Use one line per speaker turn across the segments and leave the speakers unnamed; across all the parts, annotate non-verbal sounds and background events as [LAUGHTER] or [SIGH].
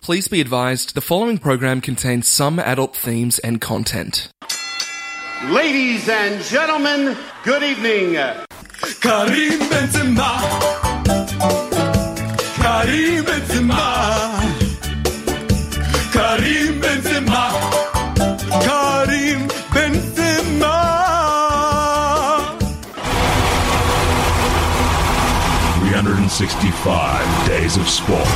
Please be advised the following program contains some adult themes and content.
Ladies and gentlemen, good evening.
Karim Benzema. Karim Benzema. Karim Benzema. Karim Benzema.
365 days of sport.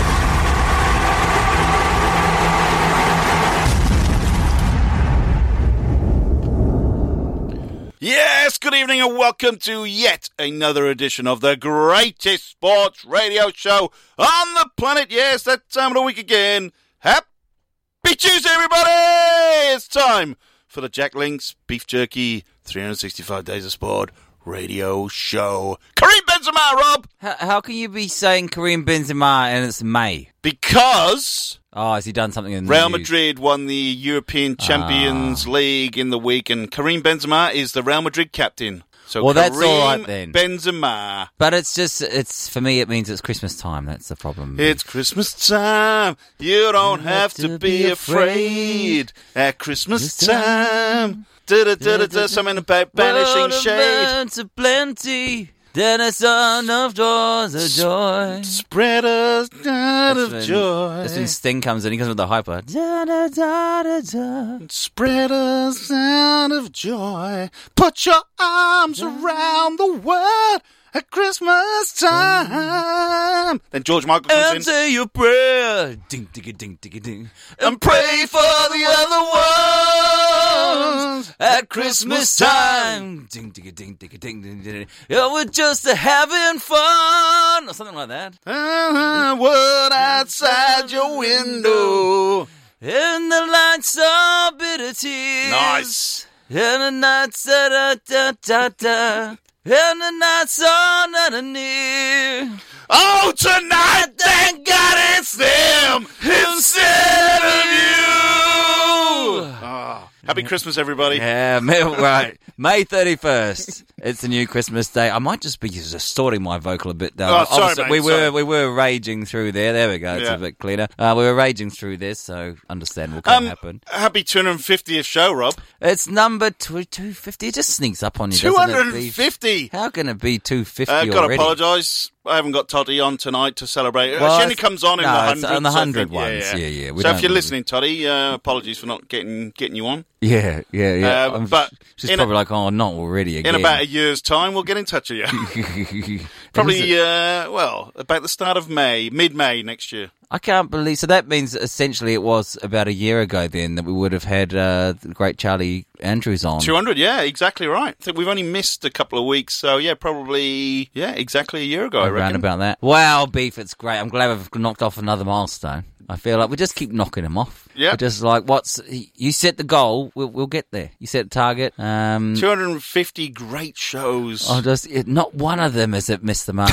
Yes, good evening and welcome to yet another edition of the greatest sports radio show on the planet. Yes, that time of the week again. Happy Tuesday, everybody! It's time for the Jack Links Beef Jerky 365 Days of Sport radio show. Kareem Benzema, Rob!
How, how can you be saying Karim Benzema and it's May?
Because
Oh, has he done something in the
Real
news?
Madrid won the European Champions
Ah.
League in the week and Kareem Benzema is the Real Madrid captain. So
Well, that's all
Karim
right then.
Benzema.
But it's just, it's for me, it means it's Christmas time. That's the problem.
It's Christmas time. You don't have to be afraid. At Christmas
This time.
time. Da da da da da. Some in the ba- banishing shade.
To plenty, then a son of doors of joy.
Spread a night of
That's when
joy.
Sting comes in. He comes with the hyper. Da, da, da, da, da.
Spread a sound of joy. Put your arms around the world at Christmas time. Then George Michael comes in.
Answer your prayer. Ding, ding, ding, ding, ding.
And pray for the other ones.
At Christmas time, ding ding ding ding ding ding ding. Yeah, we're just having fun, or something like that.
Uh-huh, what outside your window?
In the lights of bitter tears. In the nights da da da da da. In the nights on and near.
Oh, tonight, thank God it's them instead of you. Ah. happy Christmas, everybody.
Yeah, [LAUGHS] May, right. May 31st. It's the new Christmas day. I might just be distorting my vocal a bit, though.
Oh, sorry,
Obviously,
mate,
we were
sorry.
we were raging through there. There we go. It's
Yeah.
a bit cleaner. Uh, we were raging through this, so understandable can
Um,
happen.
happy 250th show, Rob.
It's number two, 250. It just sneaks up on you, doesn't it? Beef?
250.
How can it be 250
I've got to
already?
apologise. Uh, I haven't got Toddy on tonight to celebrate.
Well,
she only
it's-
comes on in
no,
the
it's
hundred.
on the 100
Yeah,
ones.
yeah.
Yeah, yeah, we
so if
don't
you're
really-
listening, Toddy, uh, apologies for not getting getting you on.
Yeah, yeah, yeah.
Uh,
I'm-
but
she's
in a-
probably like, oh, not already again.
In
[LAUGHS]
about a year's time, we'll get in touch with you.
Is
Probably,
it-
uh, well, about the start of May, mid-May next year.
I can't believe. So that means essentially it was about a year ago then that we would have had uh, the great Charlie Andrews on.
200, yeah, exactly right. I think we've only missed a couple of weeks, so yeah, probably, yeah, exactly a year ago, I
Around
reckon.
about that. Wow, beef! It's great. I'm glad we've knocked off another milestone. I feel like we just keep knocking them off.
Yeah.
We're just like what's you set the goal, we'll, we'll get there. You set the target. Um,
250 great shows.
Oh, just it, not one of them has it missed the mark,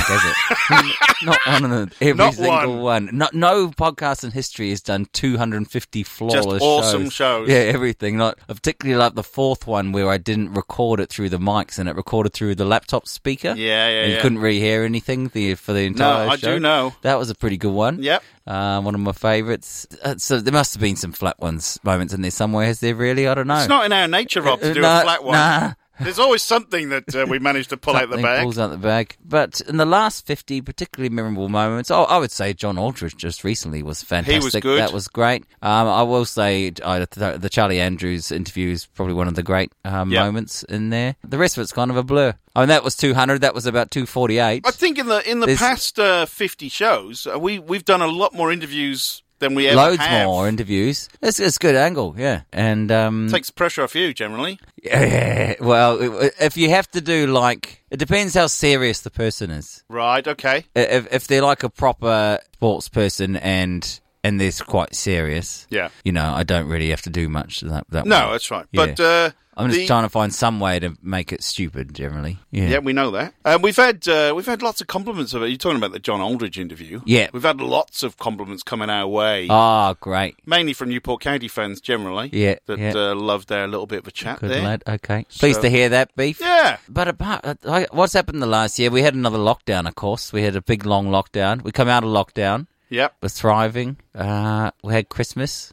[LAUGHS]
has it? not one of them. Every
Not
single one. No, no podcast in history has done 250 flawless,
awesome shows.
Yeah, everything. Not I particularly like the fourth one where I didn't record it through the mics and it recorded through the laptop speaker.
Yeah, yeah,
And
yeah.
You couldn't really hear anything the, for the entire.
I do
show.
know.
That was a pretty good one.
Yep.
Uh, one of my favourites. Uh, so there must have been some flat ones moments in there somewhere. Has there really? I don't know.
It's not in our nature, Rob, to do
Uh, No,
a flat one.
Nah.
There's always something that uh, we manage to
[LAUGHS]
pull out the
Something
bag.
Pulls out the bag. But in the last 50 particularly memorable moments, oh, I would say John Aldridge just recently was fantastic.
good.
That was great. Um, I will say I, the Charlie Andrews interview is probably one of the great um,
Yeah.
moments in there. The rest of it's kind of a blur. I mean, that was 200. That was about 248.
I think in the in the
There's-
past uh, 50 shows, uh, we, we've done a lot more interviews than we ever
Loads
have.
more interviews. It's, it's a good angle, yeah. And um,
Takes the pressure off you, generally.
yeah, [LAUGHS] well, if you have to do like, it depends how serious the person is.
Right, okay.
if if they're like a proper sports person and and they're quite serious,
Yeah.
you know, I don't really have to do much that. that
No,
way.
that's right.
Yeah.
But uh,
I'm just
the-
trying to find some way to make it stupid. Generally, yeah.
Yeah, we know that. Um, we've had uh, we've had lots of compliments of it. You're talking about the John Aldridge interview.
Yeah.
we've had lots of compliments coming our way,
Ah, great.
mainly from Newport County fans generally.
Yeah,
that
yeah.
Uh, loved our little bit of a chat
Good
there.
lad. Okay. Pleased to hear that, beef.
Yeah,
But apart, uh, like, what's happened the last year? We had another lockdown. Of course, we had a big long lockdown. We come out of lockdown.
Yep. [LAUGHS]
was thriving. Uh, we had Christmas.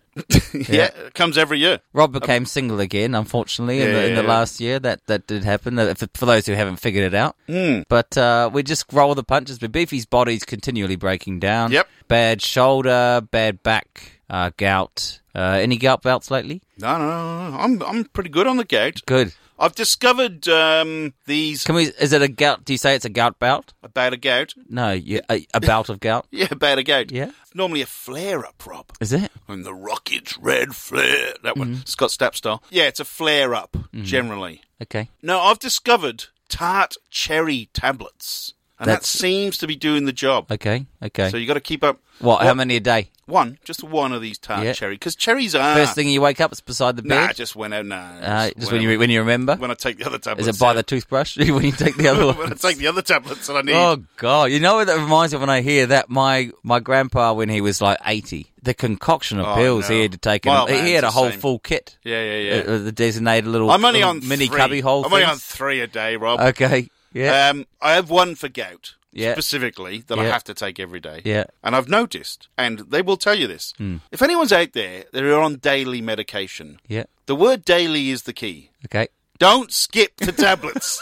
Yeah. it comes every year.
Rob became single again, unfortunately, in,
Yeah,
the, in
yeah,
the
yeah.
last year. That that did happen, uh, for, for those who haven't figured it out.
Hmm.
But uh, we just roll the punches. But Beefy's body's continually breaking down.
Yep.
Bad shoulder, bad back, uh, gout. Uh, any gout bouts lately?
No, no, no, no. I'm I'm pretty good on the gout.
Good.
I've discovered um, these
Can we? Is it a gout? Do you say it's a gout bout?
about a gout. [LAUGHS]
No, you, a, a bout of gout.
Yeah, about a gout.
Yeah.
Normally a flare up, Rob.
Is it?
And the Rockets red flare. That
Mm-hmm.
one. Scott Stapp style. Yeah, it's a flare up generally.
Okay.
No, I've discovered tart cherry tablets. And
That's-
that seems to be doing the job.
Okay. Okay.
So you got to keep up.
what, How many a day?
One, just one of these tart
Yeah.
cherry, because cherries are.
First thing you wake up, it's beside the
Ah. nah,
bed.
I just went out. Nah,
uh, just when you
went
when you remember.
out- when I take the other
Is
tablets.
it by
yeah. [LAUGHS]
the toothbrush [LAUGHS] when you take the other
when I
one?
take the other tablets that I need?
Oh God! You know what that reminds me of when I hear that my my grandpa when he was like eighty, the concoction of
Oh,
pills he
no.
had to take. in-
Well,
he
man's
had a
the
whole
same.
full kit.
Yeah, yeah, yeah.
Uh, uh, the designated little.
I'm only
little
on
mini
three.
cubby hole.
I'm only on
things.
three a day, Rob.
okay. Yeah.
Um, I have one for gout
Yeah.
specifically that I
Yeah.
have to take every day.
Yeah. Hmm.
And I've noticed, and they will tell you this: if anyone's out there that are on daily medication,
yeah.
the word "daily" is the key.
Okay.
Don't skip the tablets.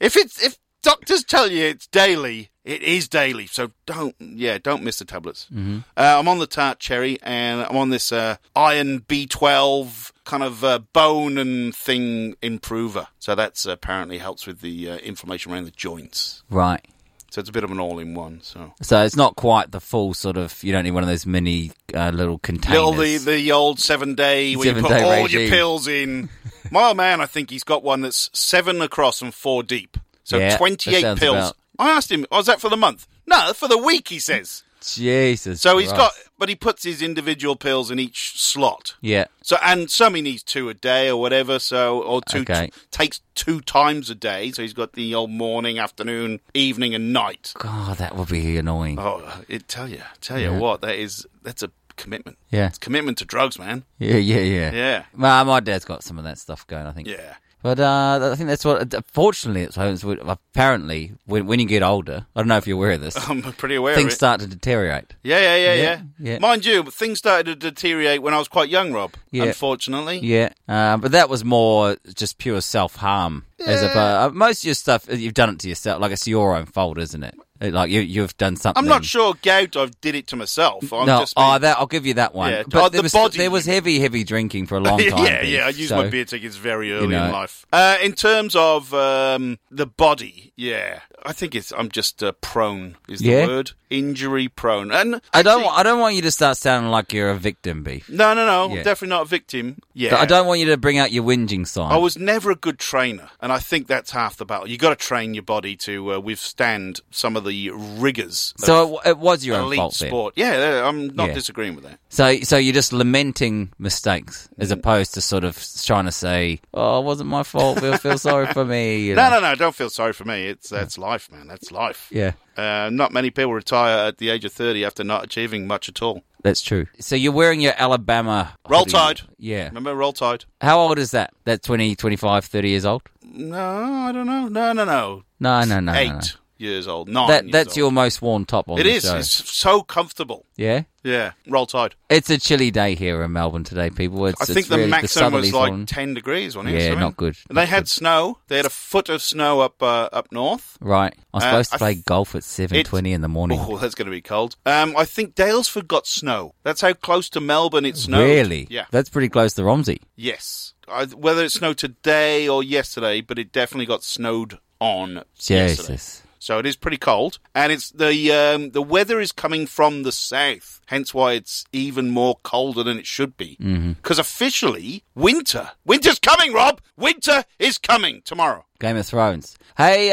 if it's if doctors tell you it's daily, it is daily. So don't yeah, don't miss the tablets. Mm-hmm. Uh, I'm on the tart cherry, and I'm on this uh, iron B12 kind of uh, bone and thing improver. So that's apparently helps with the uh, inflammation around the joints.
Right.
So it's a bit of an all-in-one. So.
So it's not quite the full sort of. You don't need one of those mini uh, little containers.
Little the, the old seven day where
Seven
you put
day
all your
regime.
pills in. My old man, I think he's got one that's seven across and four deep. So
Yeah, that
28
sounds
pills.
about-
I asked him, oh, is that for the month? No, for the week, he says.
Jesus.
So he's
Christ.
got, but he puts his individual pills in each slot.
Yeah.
So and some he needs two a day or whatever. So or two
Okay.
takes two times a day. So he's got the old morning, afternoon, evening, and night.
God, that would be annoying.
Oh, it tell you, tell you what, that is that's a commitment.
Yeah.
it's commitment to drugs, man.
Yeah. Yeah. Yeah.
Yeah.
Well, my dad's got some of that stuff going. I think.
Yeah. [LAUGHS]
But uh, I think that's what. Fortunately, it's, it's what- apparently when when you get older, I don't know if you're aware
[LAUGHS]
of this,
I'm pretty aware
things
of it.
start to deteriorate.
Yeah, yeah, yeah, yeah,
yeah.
Mind you, things started to deteriorate when I was quite young, Rob.
Yeah.
Unfortunately.
Yeah, uh, but that was more just pure self harm. As opposed, uh, most of your stuff, uh, you've done it to yourself. Like it's your own fault, isn't it? Uh, Like you you've done something.
I'm not sure gout. I did it to myself. I'm
no,
just
oh, that I'll give you that one.
Yeah,
But
oh,
there,
the
was,
body-
there was heavy, heavy drinking for a long
[LAUGHS]
time.
yeah,
Beef,
yeah. I used
so-
my beer tickets very early
know.
in life. Uh, in terms of um, the body, yeah, I think it's I'm just uh, prone is the
Yeah.
word injury prone, and
I don't.
actually-
wa- I don't want you to start sounding like you're a victim, beef.
no, no, no.
Yeah.
Definitely not a victim. Yeah,
I don't want you to bring out your whinging sign.
I was never a good trainer, and I think that's half the battle. You got to train your body to uh, withstand some of the rigors.
so
of
it, w- it was your own
elite
fault. then.
sport. Yeah, uh, I'm not
Yeah.
disagreeing with that.
So, so you're just lamenting mistakes as opposed to sort of trying to say, "Oh, it wasn't my fault. Feel, feel sorry for me."
[LAUGHS]
you
No,
know.
no, no. Don't feel sorry for me. It's that's life, man. That's life.
Yeah,
Uh, not many people retire at the age of thirty after not achieving much at all.
that's true. So you're wearing your Alabama
Roll
hoodie.
Tide.
Yeah.
Remember Roll Tide?
How old is that? That's 20, 25, 30 years old?
No, I don't know. No, no, no.
No, no, no, no,
Eight
no.
years old. Nine.
That
years
that's
old.
your most worn top on
It
the
is.
show.
It's so comfortable.
Yeah.
Yeah. Roll Tide.
It's a chilly day here in Melbourne today, people. It's,
I think
it's
the
really,
maximum was
southerlies
like
on-
ten degrees on it. or
Yeah,
something.
not good.
And they
Not
had
good.
snow. They had a foot of snow up uh, up north.
Right. I'm
Uh,
supposed
I
to play
th-
golf at seven twenty in the morning.
Oh, that's going to be cold. Um, I think Dalesford got snow. That's how close to Melbourne it snowed.
really?
Yeah.
That's pretty close to Romsey.
yes. I, whether it snowed today or yesterday, but it definitely got snowed on yesterday.
Jesus.
So it is pretty cold, and it's the um, the weather is coming from the south, hence why it's even more colder than it should be.
Mm-hmm.
Because officially, winter, winter's coming, Rob. Winter is coming tomorrow.
Game of Thrones. Hey,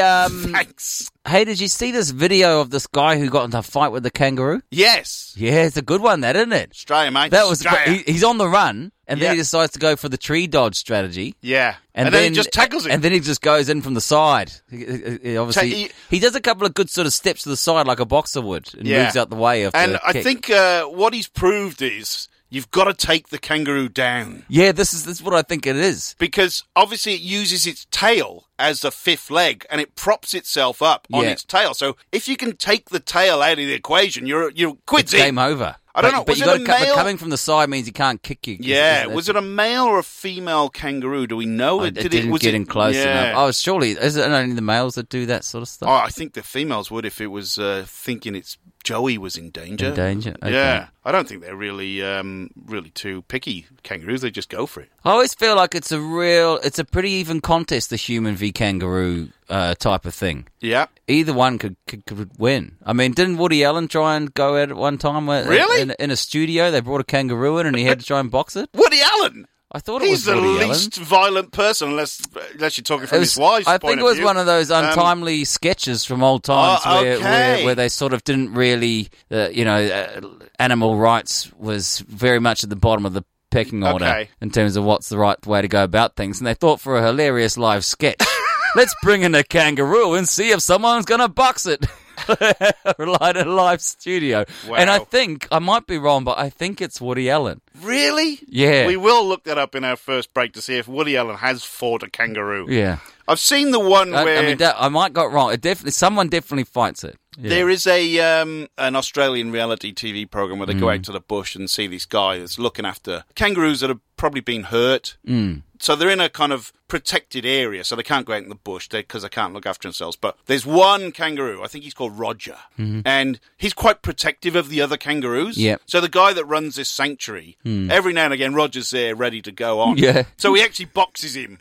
[LAUGHS]
um,
Thanks.
hey, did you see this video of this guy who got into a fight with the kangaroo?
Yes,
Yeah, it's a good one, that isn't it?
Australia, mate.
That was
Australia.
he, he's on the run, and then he
Yeah.
decides to go for the tree dodge strategy.
yeah, and, then, he just tackles it.
and then he just goes in from the side. He, he- he obviously,
Ta-
he,
he-
does a couple of good sort of steps to the side, like a boxer would, and
Yeah.
moves out the way. Of
And
the
I
kick.
think uh, what he's proved is You've got to take the kangaroo down
Yeah, this is this is what I think it is.
because obviously it uses its tail as a fifth leg and it props itself up on
Yeah.
its tail. So if you can take the tail out of the equation, you're you're
It's
quids in.
game over.
I don't
But-
know,
But
was
you
it
got
a
to cut,
male-
but coming from the side means he can't kick you.
Yeah, was it a male or a female kangaroo? Do we know?
I, it
Did
didn't
was
get
it-
in close
Yeah.
enough. Oh, surely is it only the males that do that sort of
Oh,
stuff?
I think the females would if it was uh, thinking it's Joey was in danger.
In danger, okay.
Yeah, I don't think they're really, um, really too picky kangaroos. They just go for it.
I always feel like it's a real, it's a pretty even contest, the human v kangaroo uh, type of thing.
Yeah,
Either one could, could could win. I mean, didn't Woody Allen try and go at it one time? Where,
Really?
In, in a studio, they brought a kangaroo in and he had to try and box it.
Woody Allen.
I thought it
He's
was
the
Woody Allen.
least violent person, unless unless you're talking from
It was-
his wife's
I
point
think
of
it was
view.
one of those
Um,
untimely sketches from old times
Oh,
where, where
okay.
where they sort of didn't really, uh, you know, uh, animal rights was very much at the bottom of the pecking order
Okay.
in terms of what's the right way to go about things, and they thought for a hilarious live sketch. [LAUGHS] Let's bring in a kangaroo and see if someone's going to box it. [LAUGHS] Light a live studio, and I
Wow.
think I might be wrong, but I think it's Woody Allen.
really.
Yeah.
we will look that up in our first break to see if Woody Allen has fought a kangaroo.
Yeah,
I've seen the one
I,
where
I mean, that, I might got wrong. It definitely, someone definitely fights it. Yeah.
There is a um, an Australian reality TV program where they
Mm.
go out to the bush and see this guy that's looking after kangaroos that have probably been hurt. Mm. So they're in a kind of protected area, so they can't go out in the bush because they can't look after themselves. But there's one kangaroo, I think he's called Roger, and he's quite protective of the other kangaroos.
Mm-hmm. Yep. Mm.
So the guy that runs this sanctuary, every now and again, Roger's there ready to go on.
Yeah.
So he actually boxes
[LAUGHS]
him.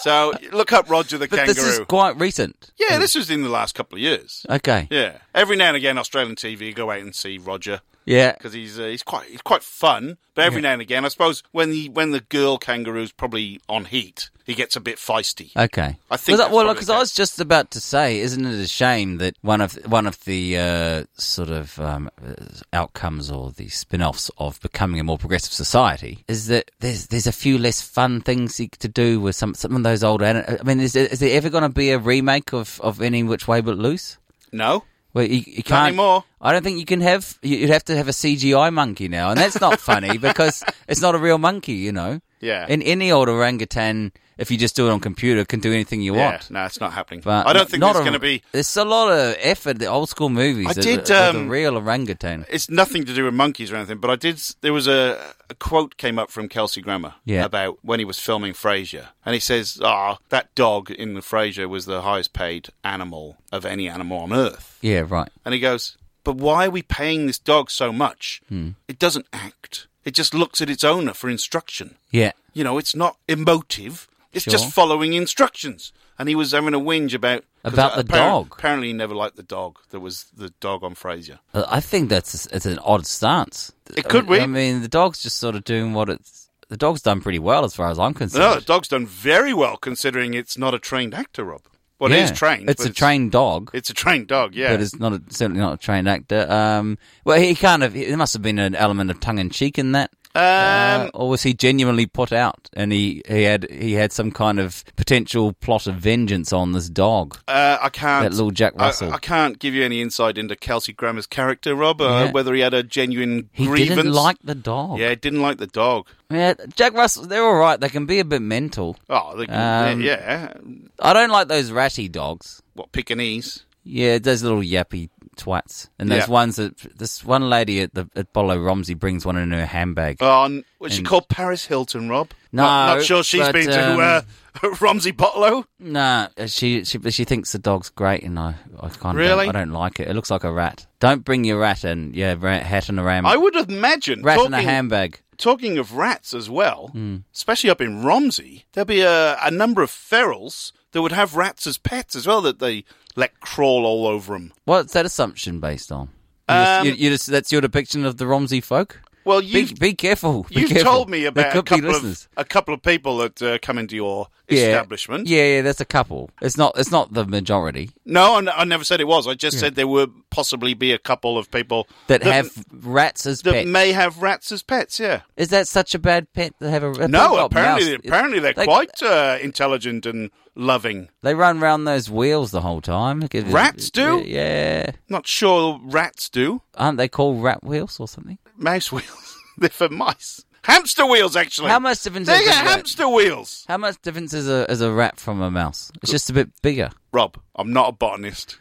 so look up Roger the
But
kangaroo.
this is quite recent.
yeah, this was in the last couple of years.
Okay.
Yeah, every now and again, Australian TV go out and see Roger
Yeah.
because he's uh, he's quite he's quite fun. But every now and again, I suppose when the when the girl kangaroo's probably on heat, he gets a bit feisty.
Okay.
I think
Was that-
that's
well,
probably
because
the
I was just about to say, isn't it a shame that one of one of the uh, sort of um, uh, outcomes or the spin-offs of becoming a more progressive society is that there's there's a few less fun things you- to do with some some of those old. ani- I mean, is there, is there ever going to be a remake of of any which way but loose?
no,
Well, you, you can't
anymore.
I don't think you can have. you- You'd have to have a CGI monkey now, and that's
[LAUGHS]
not funny because it's not a real monkey, you know.
Yeah.
And any old orangutan, if you just do it on computer, can do anything you
yeah,
want.
no, it's not happening.
But
I don't think
not
there's
a-
going to be.
It's a lot of effort. The old school movies.
I
that-
did,
with a
um,
real orangutan.
It's nothing to do with monkeys or anything, but I did. s- There was a, a quote came up from Kelsey Grammer
Yeah.
about when he was filming Frasier, and he says, "Ah, that dog in the Frasier was the highest paid animal of any animal on earth."
Yeah, right.
And he goes, But why are we paying this dog so much?
Hmm.
It doesn't act. It just looks at its owner for instruction.
Yeah.
You know, it's not emotive, it's
Sure.
just following instructions. And he was having a whinge about. 'cause
About the
appar-
dog.
Apparently, he never liked the dog that was the dog on Frasier.
Uh, I think that's it's an odd stance.
It could
I,
be.
I mean, the dog's just sort of doing what it's. The dog's done pretty well as far as I'm concerned.
No, the dog's done very well considering it's not a trained actor, Rob. Well, it
yeah.
is trained.
It's
but
a trained dog.
It's a trained dog, yeah.
but it's not a, certainly not a trained actor. Um, well, he kind of there must have been an element of tongue in cheek in that,
um,
uh, or was he genuinely put out and he, he had he had some kind of potential plot of vengeance on this dog?
Uh, I can't.
That little Jack
I-
Russell.
I, can't give you any insight into Kelsey Grammer's character, Rob. Uh,
Yeah.
Whether he had a genuine
He
grievance.
didn't like the dog.
Yeah, didn't like the dog.
Yeah, Jack Russell. They're all right. They can be a bit mental.
Oh, they,
Um,
yeah.
I don't like those ratty dogs.
What Pekingese?
Yeah, those little yappy twats, and those
Yeah.
ones that this one lady at the at Bolo Romsey brings one in her handbag.
On was Oh, she
And-
called Paris Hilton, Rob?
No,
not, not sure she's
but, um, Hmm.
been to uh, [LAUGHS] Romsey Botlow.
Nah, uh, she she she thinks the dog's great, and I I kind of
Really?
I don't like it. It looks like a rat. Don't bring your rat in. Yeah, rat, hat and a ram.
I would imagine
rat in Hmm.
talking,
a handbag.
talking of rats as well, especially up in Romsey, there'd be a, a number of ferals that would have rats as pets as well that they let crawl all over them.
What's that assumption based on? You just-
Um,
you- you just- that's your depiction of the Romsey folk.
Well,
Be,
you've
be careful. Be
You've
careful.
told me
There
about a
could be
couple, of,
listeners.
a couple of people that uh, come into your
Yeah.
establishment.
Yeah, yeah, that's a couple. It's not. It's not the majority
No, I n- I never said it was. I just said there would possibly be a couple of people
that have rats as
that
pets.
may have rats as pets. Yeah.
Is that such a bad pet to have a? a
No,
pet?
apparently,
Mouse.
apparently they're
They-
quite uh, intelligent and loving.
They run round those wheels the whole time. Give it-
Rats do?
Yeah.
Not sure rats do.
Aren't they called rat wheels or something?
Mouse [LAUGHS] wheels. They're for mice. Hamster wheels, actually.
How much difference
They
is
got
it?
hamster wheels.
How much difference is a is a rat from a mouse? It's just a bit bigger.
Rob, I'm not a botanist.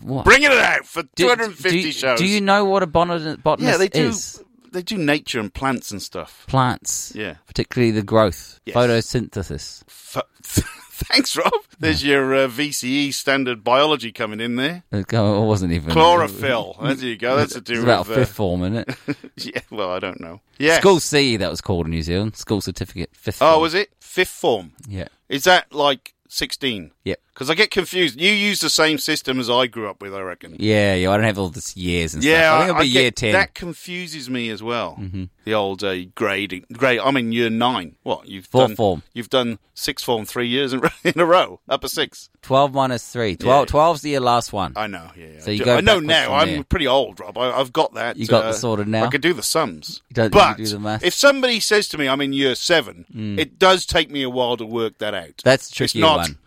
What?
Bringing it out for
Do-
250
do,
shows.
Do you know what a botanist, botanist
yeah, they do.
is?
They do nature and plants and stuff.
Plants.
Yeah.
Particularly the growth.
Yes.
Photosynthesis.
F- [LAUGHS] Thanks, Rob. There's your uh, VCE standard biology coming in there.
It go- it wasn't even
Chlorophyll. There you go. That's a do
It's about
with, uh,
fifth form, isn't it?
[LAUGHS] yeah, well, I don't know. Yeah.
School C that was called in New Zealand. School certificate fifth.
Oh,
form.
was it fifth form?
yeah.
Is that like 16?
Yep.
Because I get confused. You use the same system as I grew up with, I reckon.
Yeah, yeah. I don't have all this years and
Yeah,
stuff. I think it'll be
get-
year ten. Mm-hmm.
That confuses me as well. The old uh, grading, grade. I'm in year nine. What you've
Fourth
done?
form.
You've done sixth form three years in, [LAUGHS] in a row. Upper six.
Twelve minus three. Twelve.
Yeah.
Twelve's the year last one.
I know. Yeah. yeah.
So you
I, do-
go
I know
backwards
now.
from
I'm
there.
pretty old, Rob. I, I've got that. uh,
You got the sorted now?
I could do the sums.
You don't- you
but
do the math.
if somebody says to me, "I'm in year seven, it does take me a while to work that out.
That's a
it's
trickier
not,
one.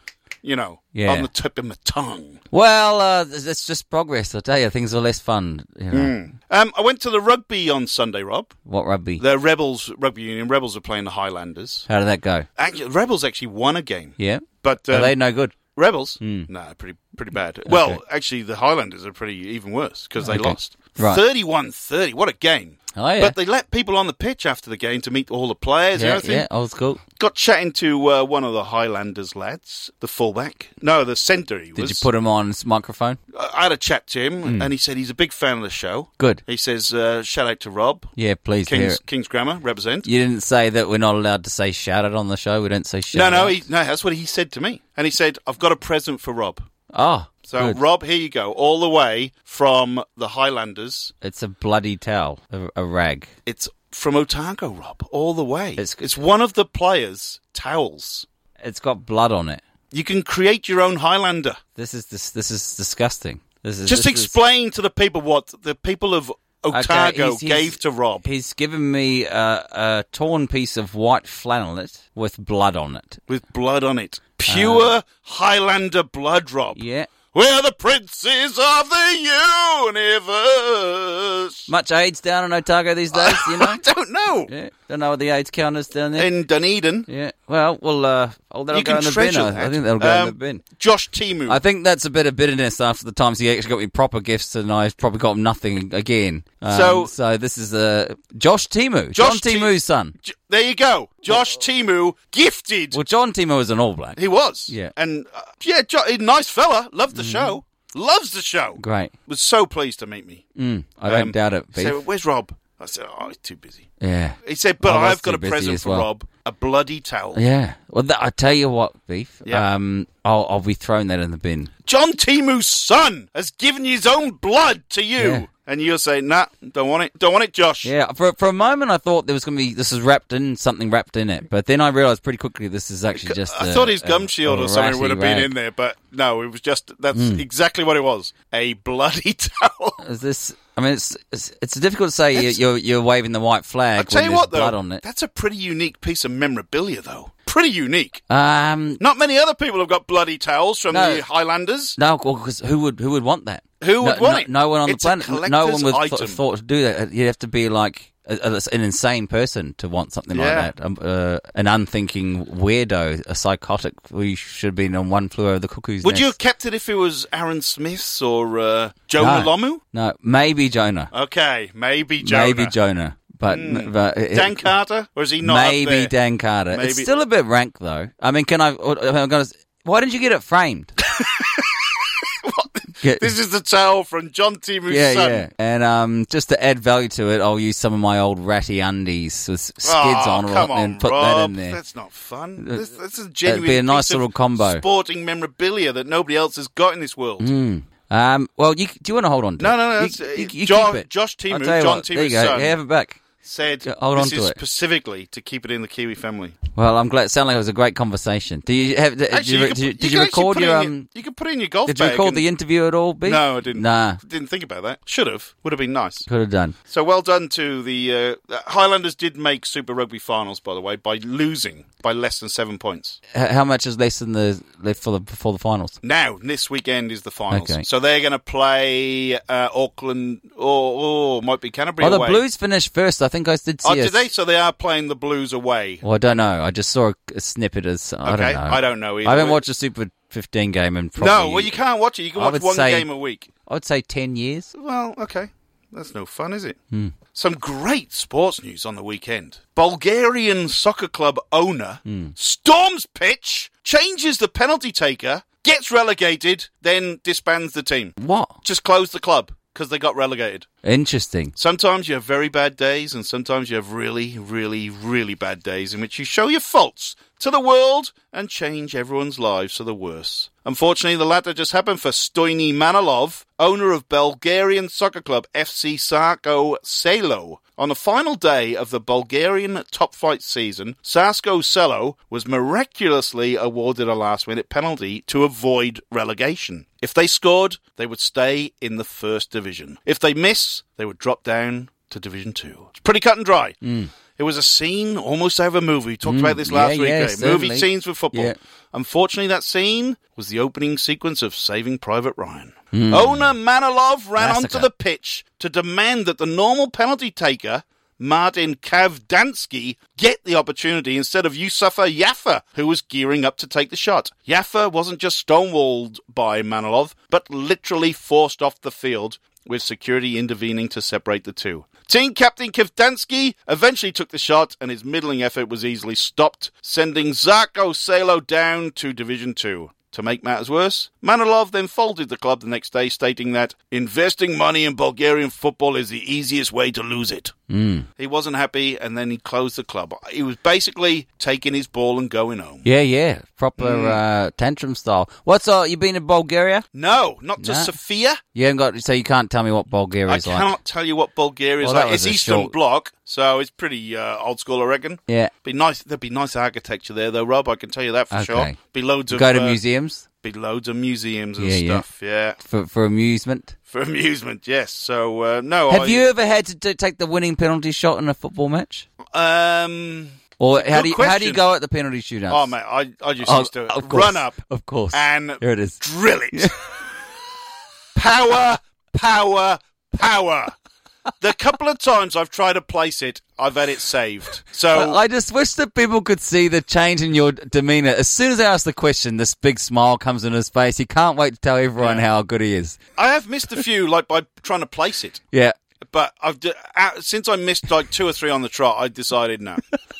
You know,
Yeah.
on the tip of my tongue.
Well, uh, th- it's just progress. I tell you, things are less fun. You know.
Um, I went to the rugby on Sunday, Rob.
What rugby?
The Rebels rugby union. Rebels are playing the Highlanders.
How did that go?
Actually, Rebels actually won a game.
Yeah.
But um,
Are they Hmm. no good?
Rebels, nah, pretty pretty bad. Well, actually, the Highlanders are pretty even worse because they
Okay.
lost
Right.
31-30. What a game!
Oh, yeah.
But they let people on the pitch after the game to meet all the players and
Yeah,
everything.
yeah, old school.
Got chatting to uh, one of the Highlanders lads, the fullback. No, the centre. He
Did
was.
you put Hmm. him on s- microphone?
I had a chat to him, and he said he's a big fan of the show.
Good.
He says, uh, "Shout out to Rob,
Yeah, please hear
Kings
it.
Kings Grammar represent."
You didn't say that we're not allowed to say shout out on the show. We don't say
No,
shout
no,
out.
he, no. That's what he said to me, and he said, "I've got a present for Rob."
Oh,
So,
good.
Rob, here you go, all the way from the Highlanders.
it's a bloody towel, a, a rag.
It's from Otago, Rob, all the way. It's,
It's-
one of the players' towels.
It's got blood on it.
You can create your own Highlander.
This is this. This is disgusting. This is
Just
this is-
explain to the people what the people of
Okay,
Otago
he's- he's-
gave to Rob
He's given me a, a torn piece of white flannelette with blood on it.
with blood on it. Pure Highlander blood, Rob.
Uh, Yeah.
We're the princes of the universe.
Much AIDS down in Otago these days,
[LAUGHS]
you know?
I don't know.
yeah. Don't know what the AIDS count is down there.
In Dunedin.
yeah. Well, well, uh, oh, that'll
you
go
can
in the bin.
treasure
I-
that.
I think that'll go in the
Um,
bin.
Josh Timu.
I think that's a bit of bitterness after the times he actually got me proper gifts and I probably got him nothing again. Um,
So-
so this is uh, Josh Timu,
Josh
John
Ti-
Timu's son.
J- there you go. Josh Timu gifted.
Well, John Timu is an All Black.
he was.
Yeah. Mm-hmm.
And uh, yeah, jo- he- nice fella. Loved the show. Loves the show.
Great.
Was so pleased to meet me.
I don't
Um,
doubt it.
He
Beef.
said, "Where's Rob?" I said, "Oh, he's too busy."
yeah.
He said, "But
I was
I've got
too
a
busy
present
as
for
well.
Rob: a bloody towel."
Yeah. Well, th- I tell you what, Beef.
Yeah.
Um, I'll, I'll be throwing that in the bin.
John Timu's son has given his own blood to you,
Yeah.
and you're saying, "Nah, don't want it. Don't want it, Josh."
Yeah. For for a moment, I thought there was going to be this is wrapped in something wrapped in it, but then I realised pretty quickly this is actually just.
I
a-
thought his
a-
gum shield
a
or something would have
ratty
been
rag.
in there, but no, it was just that's
Hmm.
exactly what it was a bloody [LAUGHS] towel.
Is this? I mean, it's it's, it's difficult to say you-
That's-
you're you're waving the white flag.
I tell you
when there's
what, though,
blood on it.
that's a pretty unique piece of memorabilia, though. Pretty unique.
Um,
Not many other people have got bloody towels from
No.
the Highlanders.
no, because who would who would want that?
Who would
no,
want
no,
it?
No one on
It's a
the planet. no one
collector's
would
item.
Th- thought to do that. You'd have to be like a, a- an insane person to want something
Yeah.
like that. Um, uh, an unthinking weirdo, a psychotic. We should have been on one flew over the cuckoo's
Would you have
nest.
kept it if it was Aaron Smith's or uh, Jonah
No.
Lomu?
No, maybe Jonah.
Okay, maybe Jonah. Hmm.
Maybe Jonah. But, but it-
Dan Carter, or is he not? up
maybe
there?
Dan Carter. It's
Maybe-
still a bit rank though. I mean, can I? I'm gonna. Why didn't you get it
[LAUGHS]
framed? Get-
This is the towel from John Timu's
yeah,
son.
yeah. And um, just to add value to it, I'll use some of my old ratty undies with skids
Oh,
on,
come
and
on,
put
Rob.
that in there.
That's not fun.
Uh,
This, this is a
that'd
genuine.
be a nice
piece of
little combo. Hmm.
Sporting memorabilia that nobody else has got in this world.
Um, well, you, do you want to hold on to
No,
it?
no, no,
You,
that's-
you, you
Jo-
keep it.
Josh Timu,
I'll tell you
John
what, There you
Timu's
go.
son.
Have it back.
said
Yeah, hold on
this
to
is
it.
specifically to keep it in the Kiwi family.
Well, I'm glad. It sounded like it was a great conversation. Do you have? Did,
Actually,
you,
could
did you,
put-
did
could
you
actually
record
put it
your
in
um?
you can put it in your golf
Did you
bag
record
and-
the interview at all? B?
No, I didn't.
Nah,
didn't think about that. Should have. Would have been nice.
could have done.
So well done to the uh, Highlanders. Did make Super Rugby finals, by the way, by losing by less than seven points.
H- how much is less than the left for the before the finals?
Now this weekend is the finals,
Okay.
so they're going to play uh, Auckland or, or might be Canterbury.
oh, the
away.
Blues finished first. I think I did see.
Oh,
a
did they?
s-
So they are playing the Blues away.
Well, I don't know. I just saw a, a snippet. As I
Okay,
don't know.
I don't know either.
I haven't watched a Super 15 game in probably.
No, well you can't watch it. You can
I
watch
would
one
say-
game a week.
I'd say 10 years.
Well, okay. That's no fun, is it? Some great sports news on the weekend. Bulgarian soccer club owner storms pitch, changes the penalty taker, gets relegated, then disbands the team.
What?
Just close the club because they got relegated.
Interesting.
Sometimes you have very bad days, and sometimes you have really, really, really bad days in which you show your faults to the world and change everyone's lives for the worse. Unfortunately, the latter just happened for Stoyny Manilov, owner of Bulgarian soccer club FC Sarko Selo. On the final day of the Bulgarian top flight season, Sarko Selo was miraculously awarded a last minute penalty to avoid relegation. If they scored, they would stay in the first division. If they miss, they would drop down to Division Two. It's pretty cut and dry. It was a scene almost out of a movie. We talked about this
Hmm. yeah,
last week.
yeah,
eh? movie
certainly.
scenes with football.
Yeah.
Unfortunately, that scene was the opening sequence of Saving Private Ryan. Owner Manilov ran
Hmm. Massacre.
onto the pitch to demand that the normal penalty taker, Martin Kavdansky, get the opportunity instead of Yusufa Yaffa, who was gearing up to take the shot. Yaffa wasn't just stonewalled by Manilov, but literally forced off the field, with security intervening to separate the two. Team captain Kavdansky eventually took the shot, and his middling effort was easily stopped, sending Zarko Salo down to Division 2. To make matters worse, Manilov then folded the club the next day, stating that investing money in Bulgarian football is the easiest way to lose it.
Hmm.
He wasn't happy, and then he closed the club. He was basically taking his ball and going home.
Yeah, yeah. Proper
Hmm.
uh, tantrum style. What's all? You been in Bulgaria?
No, not to
Nah.
Sofia.
You haven't got. So you can't tell me what Bulgaria
I
is like.
cannot tell you what Bulgaria is
Well, that
like. It's
was a
Eastern
short-
Bloc, so it's pretty uh, old school, I reckon.
Yeah.
Be nice. There'd be nice architecture there, though, Rob. I can tell you that for
Okay.
sure. Be loads of
Go to
uh,
museums
Be loads of museums and
Yeah, yeah.
stuff. Yeah. [LAUGHS]
for, for amusement.
for amusement. Yes. So uh, no. I,
Have you ever had to t- take the winning penalty shot in a football match?
Um.
Or how
good
do you, how do
question.
you go at the penalty shootout?
Oh mate, I I just used to
of course,
run up
Of course.
and
Here it is.
drill it. power, power, power. The couple of times I've tried to place it, I've had it saved. So
I I just wish that people could see the change in your demeanor. As soon as I ask the question, this big smile comes on his face. He can't wait to tell everyone how good he is.
I have missed a few, like by trying to place it.
Yeah.
But I've d- uh, since I missed like two or three on the trot, I decided no,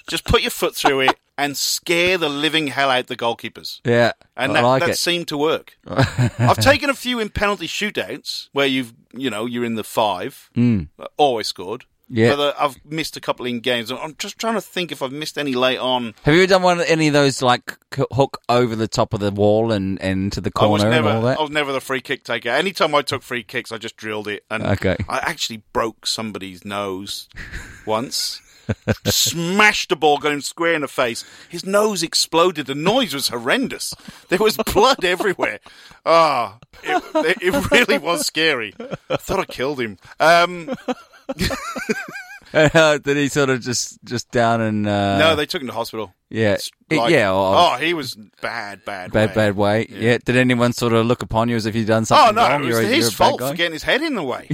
just put your foot through it and scare the living hell out the goalkeepers.
Yeah.
And
I
that,
like
that
it.
seemed to
[LAUGHS]
work. I've taken a few in penalty shootouts where you've, you know, you're in the five, mm. always scored.
Hmm. Yeah.
But, uh, I've missed a couple in games. I'm just trying to think if I've missed any late on.
Have you ever done one of any of those like c- hook over the top of the wall and, and to the
I was
corner
never,
and all that?
I was never the free kick taker. Anytime I took free kicks, I just drilled it. And
Okay.
I actually broke somebody's nose once. Smashed the ball, got him square in the face. His nose exploded. The noise was horrendous. There was blood everywhere. Ah, it, it, it really was scary. I thought I killed him. Um,
[LAUGHS] Did he sort of just just down and uh,
no, they took him to hospital.
yeah
It's
It-
like-
yeah or-
oh, he was bad, bad,
bad
way.
bad way yeah. Did anyone sort of look upon you as if you'd done
Oh
something
no,
wrong?
it was
You're a-
his
you're a bad
fault
guy?
for getting his head in the
[LAUGHS]
way.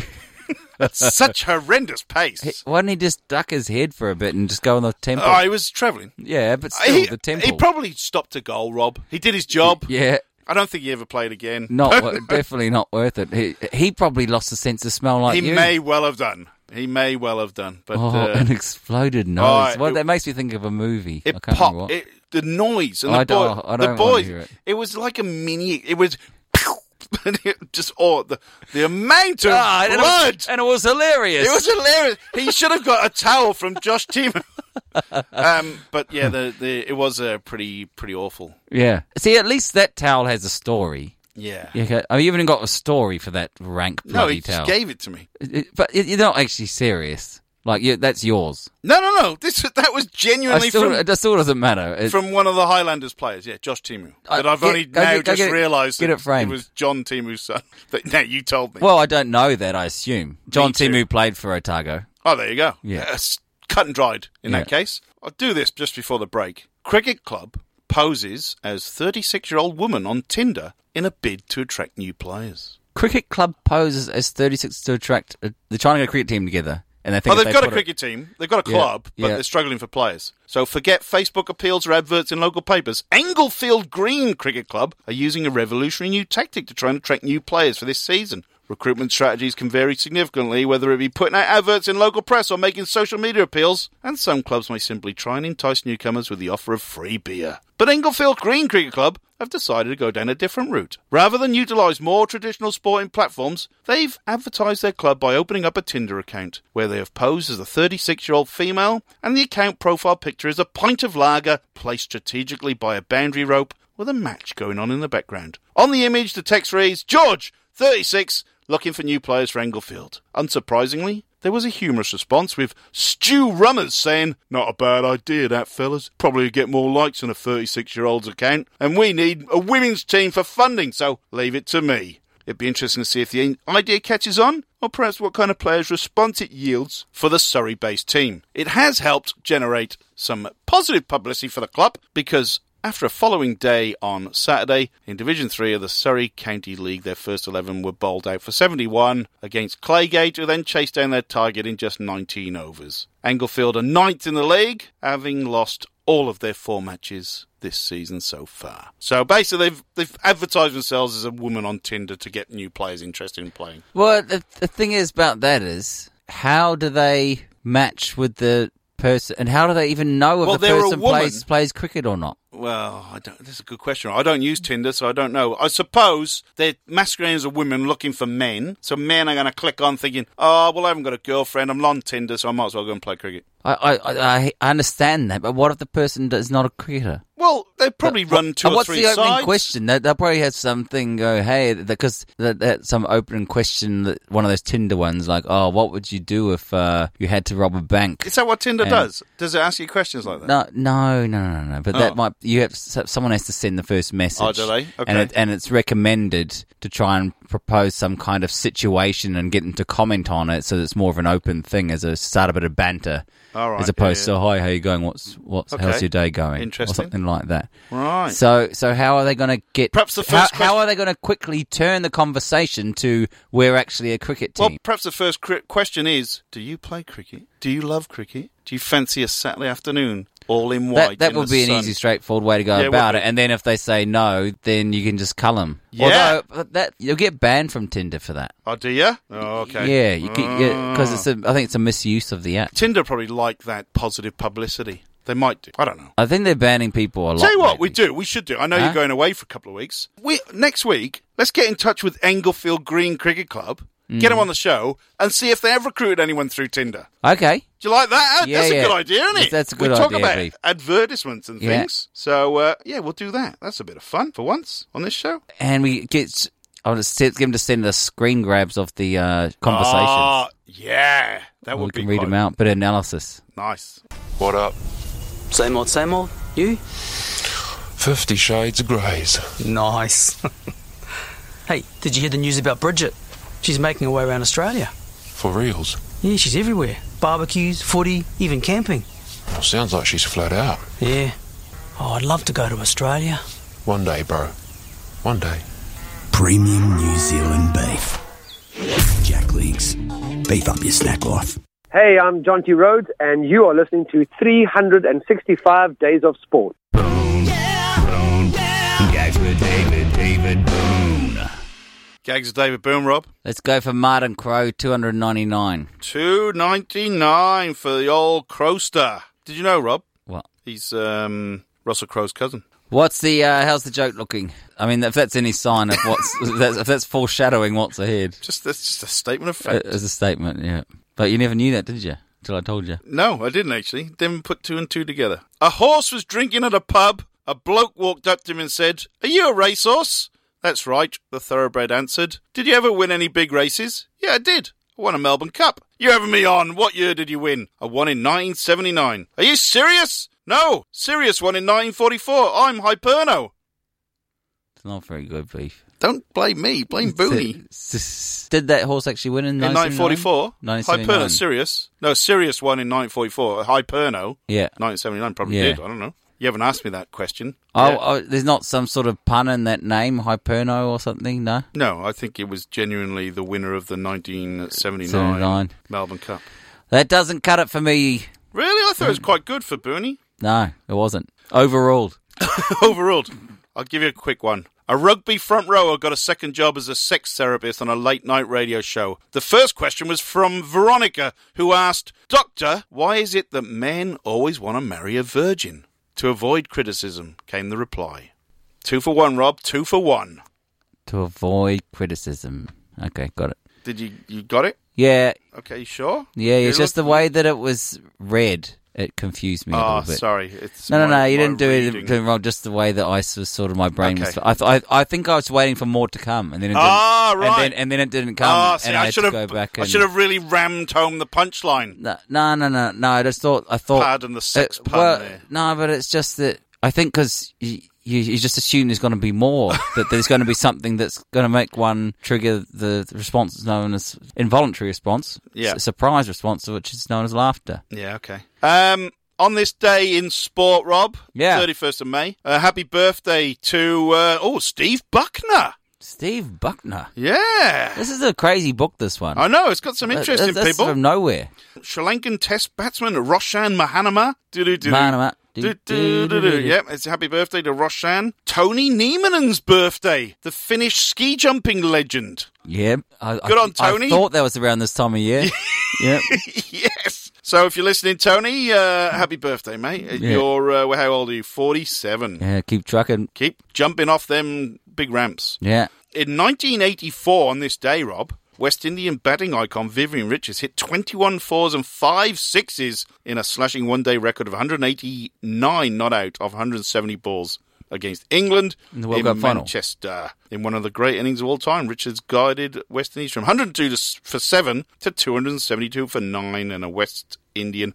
That's such horrendous pace.
Why didn't he just duck his head for a bit and just go on the temple?
Oh, he was travelling.
yeah, but still
he,
the temple.
he probably stopped a goal, Rob. He did his job.
yeah.
I don't think he ever played again. [LAUGHS]
Not wor- definitely not worth it. He he probably lost the sense of smell like
he
you.
may well have done. He may well have done. But
oh,
uh,
an exploded nose.
oh,
well,
it-
that makes me think of a movie. I
it
can't remember
popped.
what.
It, the noise and
I
the boy.
don't- I don't
the
wanna
boy.
hear it.
was like a mini. It was. [LAUGHS] and it just oh the the amount of
Ah, and, it
blood.
was, and it was hilarious.
It was hilarious. He should have got a towel from Josh
[LAUGHS]
Teeman. um, but yeah, the, the it was uh, pretty pretty awful.
yeah. See, at least that towel has a story.
Yeah.
Yeah, okay. I mean, you even got a story for that rank
no,
bloody
he
towel.
just gave it to me.
It- but it- you're not actually serious. Like you, that's yours.
No, no, no. This that was
I
genuinely
still,
from,
it still doesn't matter. It-
from one of the Highlanders players. Yeah, Josh Timu.
I-
That I've
get-
only
go
now
get- go
just
get it-
realised
get
that
it framed.
was John Timu's son. [LAUGHS] But now you told me.
well, I don't know that. I assume John
too.
Timu played for Otago.
Oh, there you go.
Yeah.
Yes, cut and dried in that
Yeah.
case. I'll do this just before the break. Cricket club poses as 36 year old woman on Tinder in a bid to attract new players.
Cricket club poses as 36 to attract. Uh, they're trying to get a cricket team together, and they think
oh,
if
they've
they
got a
put
cricket team, they've got a
Yeah,
club, but
yeah.
they're struggling for players. So forget Facebook appeals or adverts in local papers. Englefield Green Cricket Club are using a revolutionary new tactic to try and attract new players for this season. Recruitment strategies can vary significantly, whether it be putting out adverts in local press or making social media appeals, and some clubs may simply try and entice newcomers with the offer of free beer. But Englefield Green Cricket Club have decided to go down a different route. Rather than utilise more traditional sporting platforms, they've advertised their club by opening up a Tinder account, where they have posed as a 36 year old female, and the account profile picture is a pint of lager placed strategically by a boundary rope with a match going on in the background. On the image, the text reads George, 36, looking for new players for Englefield. Unsurprisingly, there was a humorous response with Stu Rummers saying, Not a bad idea, that fellas. Probably get more likes on a 36 year old's account. And we need a women's team for funding, so leave it to me. It'd be interesting to see if the idea catches on, or perhaps what kind of players' response it yields for the Surrey based team. It has helped generate some positive publicity for the club because after a following day on Saturday, in Division 3 of the Surrey County League, their first 11 were bowled out for 71 against Claygate, who then chased down their target in just 19 overs. Englefield are ninth in the league, having lost all of their four matches this season so far. So basically, they've, they've advertised themselves as a woman on Tinder to get new players interested in playing.
Well, the, the thing is about that is how do they match with the person, and how do they even know if
Well,
the
they're a
person
woman.
plays plays cricket or not?
Well, I don't, that's a good question. I don't use Tinder, so I don't know. I suppose they're masquerading as a woman looking for men. So men are going to click on thinking, oh, well, I haven't got a girlfriend. I'm on Tinder, so I might as well go and play cricket.
I I, I, I understand that, but what if the person is not a cricketer?
Well, they probably
But-
run two
and
or
what's
three
the opening
sides.
question? They, they'll probably have something go, hey, because that, that some opening question, that one of those Tinder ones, like, oh, what would you do if uh, you had to rob a bank?
Is that what Tinder
And-
does? Does it ask you questions like that?
No, no, no, no, no. But
Oh.
that might you have s- someone has to send the first message.
Oh, do they?
And,
Okay.
it, and it's recommended to try and propose some kind of situation and get them to comment on it, so it's more of an open thing as a start a bit of banter,
All right,
as opposed
yeah, yeah.
to hi, how you going? What's what's
Okay.
how's your day going?
Interesting.
or something like that.
Right.
So so how are they going to get?
Perhaps the
how,
first
how are they going to quickly turn the conversation to we're actually a cricket team?
Well, perhaps the first cri- question is: Do you play cricket? Do you love cricket? Do you fancy a Saturday afternoon all in white?
That, that
in
would
the
be an
sun?
easy, straightforward way to go
Yeah, it
about
would
it.
be.
And then if they say no, then you can just cull them.
Yeah.
Although but that you'll get banned from Tinder for that.
Oh, do you? Oh, okay.
Yeah, you because it's a, I think it's a misuse of the app.
Tinder probably like that positive publicity. They might do. I don't know.
I think they're banning people a lot.
Tell you what, we
lately.
do. We should do. I know you're
Huh?
going away for a couple of weeks. We next week. Let's get in touch with Englefield Green Cricket Club. Get
Mm.
them on the show and see if they have recruited anyone through Tinder.
Okay.
Do you like that?
Yeah,
that's a
yeah.
good idea, isn't it?
That's- that's a
we
good
talk
idea,
about
Beef.
advertisements and
Yeah.
things. So uh, yeah, we'll do that. That's a bit of fun for once on this show.
And we get. I want to give them to send us screen grabs of the uh, conversations.
Ah, yeah, that
we
would be
can read
quite
them out, but analysis.
Nice.
What up?
Same old, same old. You?
Fifty Shades of Greys.
Nice. [LAUGHS] hey, did you hear the news about Bridget? She's making her way around Australia.
For reals.
Yeah, she's everywhere. Barbecues, footy, even camping.
Well, sounds like she's flat out.
Yeah. Oh, I'd love to go to Australia.
One day, bro. One day.
Premium New Zealand beef. Jack Links. Beef up your snack life.
Hey, I'm John T. Rhodes, and you are listening to 365 Days of Sport.
Gags of David Boom, Rob.
Let's go for Martin Crow, two hundred ninety nine.
Two ninety nine for the old Crowster. Did you know, Rob?
What?
He's um, Russell Crowe's cousin.
What's the uh, how's the joke looking? I mean, if that's any sign of what's [LAUGHS] if that's, if that's foreshadowing what's ahead
Just that's just a statement of
uh,
fact.
as a statement, yeah. But you never knew that, did you? Till I told you.
No, I didn't actually. Didn't put two and two together. A horse was drinking at a pub. A bloke walked up to him and said, Are you a racehorse? That's right, the thoroughbred answered. Did you ever win any big races? Yeah, I did. I won a Melbourne Cup. You're having me on. What year did you win? I won in 1979. Are you serious? No, Sirius won in 1944. I'm Hyperno.
It's not very good beef.
Don't blame me, blame Booney.
Did that horse actually win in,
In 1944,
1979?
Hyperno, Sirius. No, Sirius won in 1944. Hyperno,
Yeah.
1979 probably
Yeah.
did. I don't know. You haven't asked me that question.
Oh,
Yeah.
oh, there's not some sort of pun in that name, Hyperno or something, no?
No, I think it was genuinely the winner of the 1979
79.
Melbourne Cup.
That doesn't cut it for me.
Really? I thought it was quite good for Booney. [LAUGHS]
No, it wasn't. Overruled.
Overruled. I'll give you a quick one. A rugby front rower got a second job as a sex therapist on a late night radio show. The first question was from Veronica, who asked, Doctor, why is it that men always want to marry a virgin? To avoid criticism, came the reply. Two for one, Rob, two for one.
To avoid criticism. Okay, got it.
Did you, you got it?
Yeah,
Okay, you sure?
yeah,
You
it's just the
look-
way that it was read. It confused me a
Oh,
little bit.
sorry. It's
No, no,
my-
no, you
my
didn't do
reading.
anything wrong. Just the way that I s- was sort of my brain was.
Okay.
I, th- I, I think I was waiting for more to come, and then it didn't,
Ah, right.
and then and then it didn't come,
Ah, see,
and
I,
I, had
should
to
have.
go back.
I
and-
should have really rammed home the punchline.
No, no, no, no, no. I just thought. I thought.
Pardon the sex
Uh,
pun
well,
there.
No, but it's just that I think because you, you you just assume there's going to
[LAUGHS]
be more that there's going to be something that's going to make one trigger the the response known as involuntary response,
Yeah.
s- surprise response, which is known as laughter.
Yeah, okay. Um, on this day in sport, Rob.
Yeah.
Thirty first of May. Uh, happy birthday to uh, oh Steve Buckner.
Steve Buckner.
Yeah.
This is a crazy book. This one.
I know it's got some
That-
interesting
that- that's
people.
from nowhere.
Sri Lankan Test batsman Roshan Mahanama. Doo-doo-doo.
Mahanama.
Doo-doo-doo-doo. Yep, it's a happy birthday to Roshan. Tony Niemanen's birthday, the Finnish ski jumping legend.
Yeah. I,
Good
I,
on Tony.
I thought that was around this time
[LAUGHS]
of year. yep.
yes. So if you're listening, Tony, uh, happy birthday, mate. Uh,
Yeah.
You're uh, well, how old are you? Forty-seven.
Yeah. Keep trucking.
Keep jumping off them big ramps.
Yeah.
In 1984, on this day, Rob, West Indian batting icon Vivian Richards hit 21 fours and five sixes in a slashing one-day record of 189 not out of 170 balls against England
In the World Cup final.
Manchester. In one of the great innings of all time, Richards guided West Indies from 102 to s- for 7 to 272 for 9 in a West Indian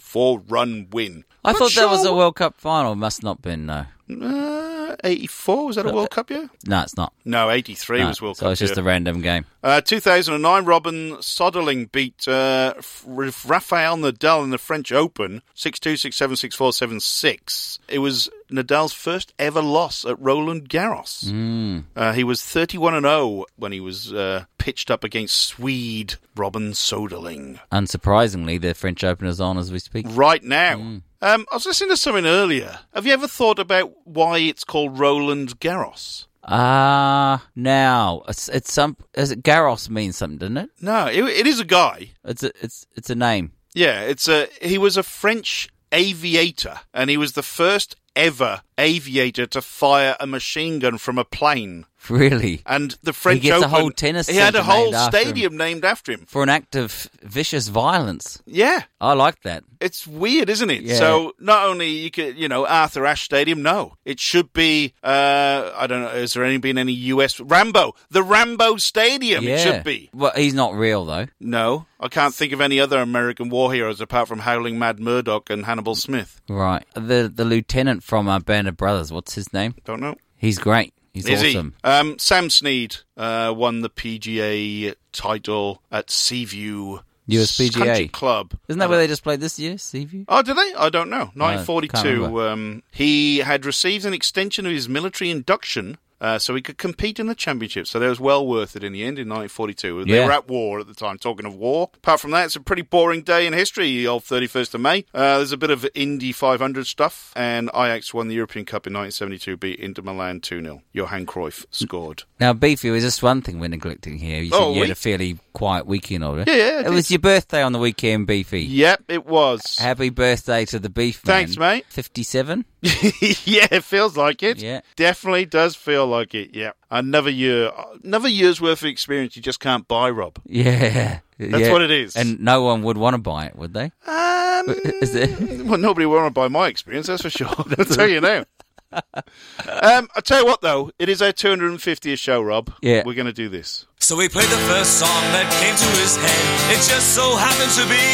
104-run win.
I
Not
thought that was
sure-
a World Cup final. Must not been no.
Uh, 84, was that a World Cup year?
No, it's not.
No, 83
No.
was World
so
Cup.
it's just
yeah.
a random game.
uh, 2009, Robin Soderling beat uh, F- Rafael Nadal in the French Open 6 2, 6 7, 6 4, 7 6. It was Nadal's first ever loss at Roland Garros. Uh, he was 31 and 0 when he was uh, pitched up against Swede Robin Soderling
Unsurprisingly, the French Open is on as we speak.
right now. Um, I was listening to something earlier. Have you ever thought about why it's called Roland Garros?
Ah, now it's it's some is it Garros means something, doesn't it?
No, it, it is a guy.
It's a it's it's a name. [LAUGHS]
Yeah, it's a he was a French aviator and he was the first ever aviator to fire a machine gun from a plane.
Really,
And the French
gets a
Open-
whole tennis
He had a
centre
whole
named after him.
stadium named after him.
for an act of vicious violence,
Yeah.
I like that.
It's weird, isn't it?
Yeah.
So not only you could, you know, Arthur Ashe Stadium. No, it should be. Uh, I don't know. Has there any been any U.S. Rambo? The Rambo Stadium.
yeah,
It should be.
Well, he's not real though.
No, I can't think of any other American war heroes apart from Howling Mad Murdoch and Hannibal Smith.
Right, the the lieutenant from our band of brothers. What's his name?
Don't know.
He's great. He's
Is
awesome.
he? Um, Sam Snead uh, won the PGA title at Seaview
USPGA.
Country Club.
Isn't that where they just played this year? Seaview.
Oh, did they? I don't know.
can't
1942.
remember.
um, he had received an extension of his military induction. Uh, so he could compete in the championship, so that was well worth it in the end. In 1942, they
Yeah.
were at war at the time. Talking of war, apart from that, it's a pretty boring day in history. The old 31st of May. Uh, there's a bit of Indy 500 stuff, and Ajax won the European Cup in 1972, beat Inter Milan 2 0. Johan Cruyff scored.
Now, Beefy, was just one thing we're neglecting here. You said
Oh,
you had
we-
a fairly quiet weekend, or
Yeah, yeah, I
It was your birthday on the weekend, Beefy.
Yep, it was.
Happy birthday to the beef man.
Thanks, mate.
57?
[LAUGHS] yeah, it feels like it.
Yeah.
Definitely does feel like it. Yeah. Another year, another year's worth of experience you just can't buy, Rob.
Yeah. That's
what it is.
And no one would want to buy it, would they?
Um,
[LAUGHS] Is it?
[LAUGHS]
[LAUGHS]
well, nobody will want to buy my experience, that's for sure. I'll tell you now. Um, I tell you what, though, it is our 250th show, Rob.
Yeah.
we're going to do this.
So he played the first song that came to his head. It just so happened to be.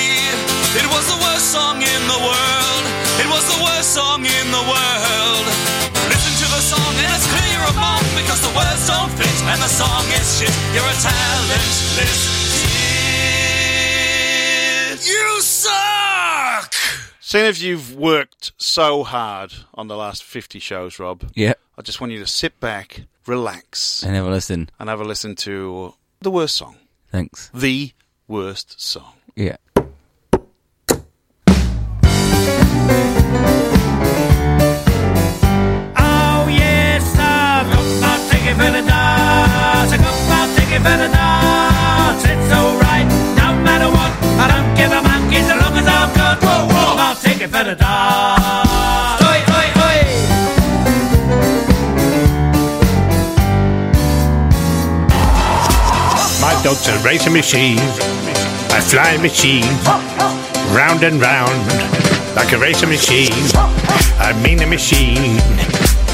It was the worst song in the world. It was the worst song in the world. Listen to the song and it's clear of bomb because the words don't fit and the song is shit. You're a talentless idiot. You suck.
Seeing if you've worked so hard on the last 50 shows, Rob,
Yeah.
I just want you to sit back, relax,
And have a listen.
and have a listen to the worst song.
Thanks.
The worst song.
Yeah.
Oh yes, I've got my ticket for the dance. I got my ticket for the dance. It's alright, no matter what. I don't give a monkey so long as I've got whoa, whoa. my ticket for the dance. Oi, oi, oi.
My dog's a racing machine, a flying machine, round and round like a racing machine. I mean a machine.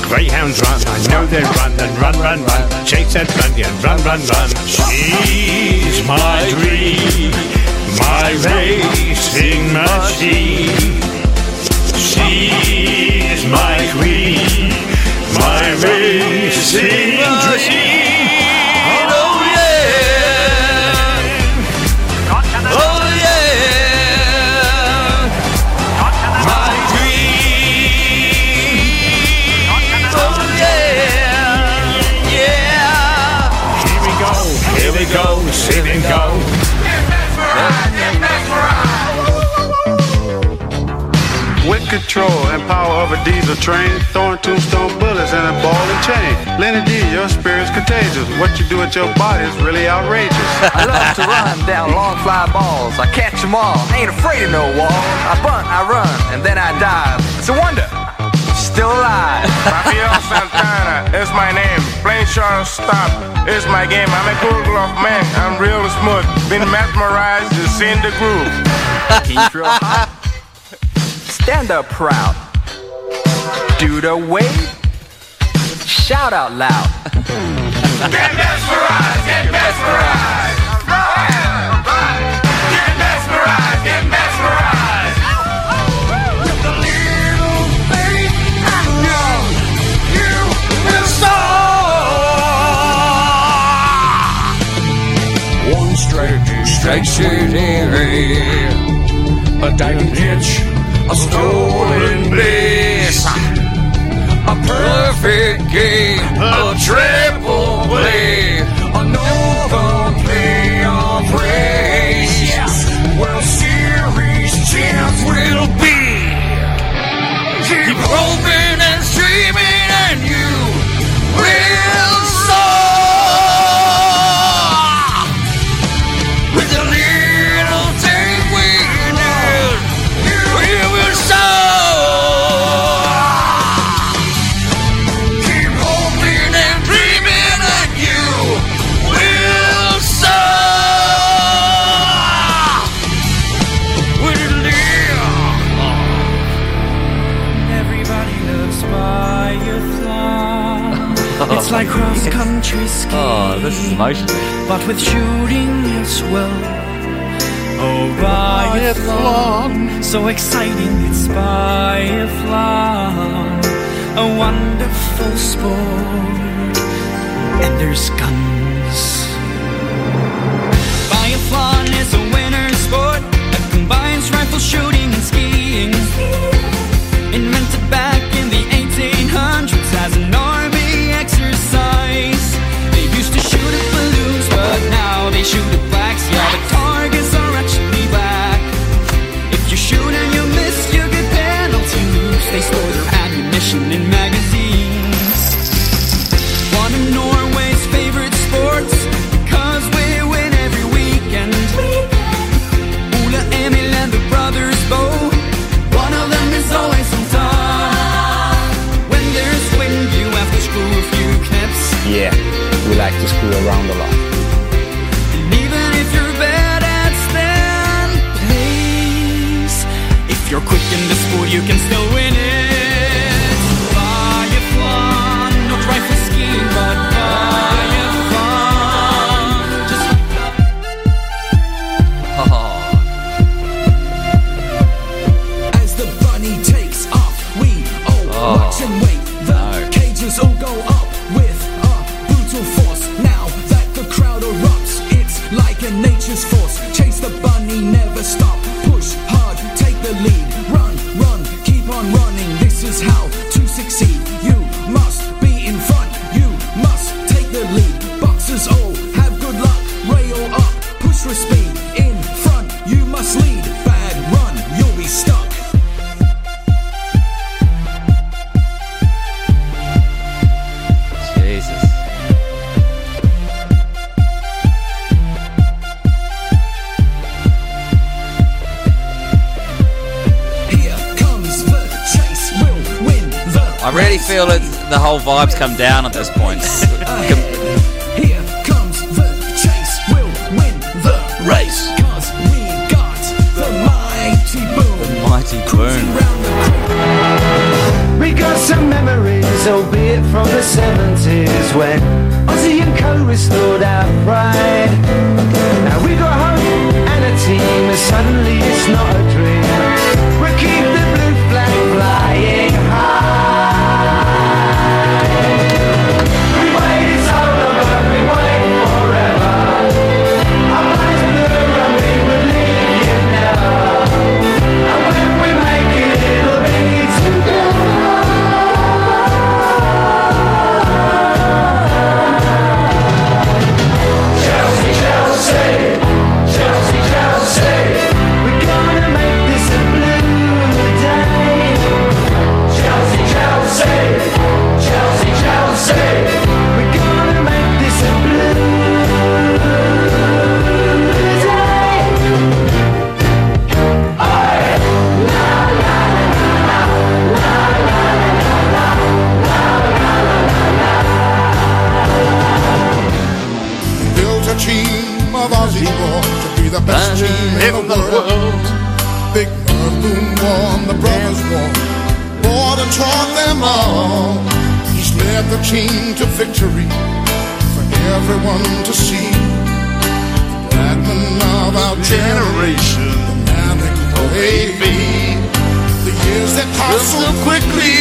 Greyhounds run, I know they run and run, run, run. Chase that bunny and run, run, run. She's my dream, my racing machine. She's my queen, my racing dream. Oh yeah, oh yeah, my dream. Oh yeah, yeah. Here we go, here we go, sit and go.
With control and power of a diesel train, throwing tombstone bullets and a ball and chain. Lenny D, your spirit's contagious. What you do with your body is really
[LAUGHS]
outrageous.
I love to run down long fly balls. I catch 'em all, ain't afraid of no wall. I bunt, I run, and then I dive. It's a wonder, still alive.
Rafael Santana is my name. Plain Sean Stop is my game. I'm a cool glove man. I'm real smooth. Been mesmerized to seen the groove.
Keep your heart. Stand up proud. Do the wave. Shout out loud. get mesmerized, get mesmerized. Get mesmerized, get mesmerized. With a little faith, I know you will soar.
One straight, straight city. A diamond hitch, a stolen bliss. A perfect game, a triple play. Another play of race. Well, series champs will be. Keep hoping and streaming, and you will soar. With a little thing we need, we will soar. Keep hoping and dreaming, and you will soar. With a little.
[LAUGHS] Everybody loves Firefly. It's like cross
[LAUGHS]
country skiing.
Oh, this is emotional.
But with shooting as well. Oh, Firefly. So exciting, it's Firefly. A wonderful sport. And there's guns. Biathlon is a winter sport that combines rifle shooting and skiing. Invented back in the 1800s as an army exercise. They used to shoot at balloons, but now they shoot at blacks. Yeah, the targets are actually black. If you shoot and you miss, you get penalties. They store their ammunition in magazines. One of Norway's favorite sports because we win every weekend. Ola, Emil, and the brothers Bo. One of them is always on top. When there's wind, you have to screw a few clips.
Yeah, we like to screw around a lot.
And even if you're bad at stand plays, if you're quick in the sport, you can still win it. Fly, you rifle skiing, but fire fun. Just
As the bunny takes off, we all
Oh,
watch and wait. The cages all go up with a brutal force. Now that the crowd erupts, it's like a nature's force. Chase the bunny, never stop. Push hard, take the lead. Run, run, keep on running. This is how to succeed. You must be in front. You must take the lead. Boxers all have good luck. Rail up, push for speed. In front, you must lead. Bad run, you'll be stuck.
Jesus.
Here comes the chase. We'll win the.
I really feel it. The whole vibes come down at this point.
[LAUGHS]
Com-
Here comes the chase. We'll win the race. Cause we got the mighty boom.
Mighty boom.
We got some memories, albeit from the 70s, when Ozzy and Co restored our pride. Now we got home and a team, and suddenly it's not a dream. We keep the blue flag flying high. We waited so long, but we wait forever. Our eyes blue and we believe you now. And when we make it, it'll be Chelsea, Chelsea, Chelsea, Chelsea. We're gonna make this a blue day. Chelsea, Chelsea, Chelsea, Chelsea. We're gonna make this a blue day.
built a team of Aussie boys to be the best team in the world. Big Merv Boom won the brothers war, bought and taught them all. He's led the team to victory for everyone to see. The Bradman of our generation, the man they call AB. The years that pass so quickly,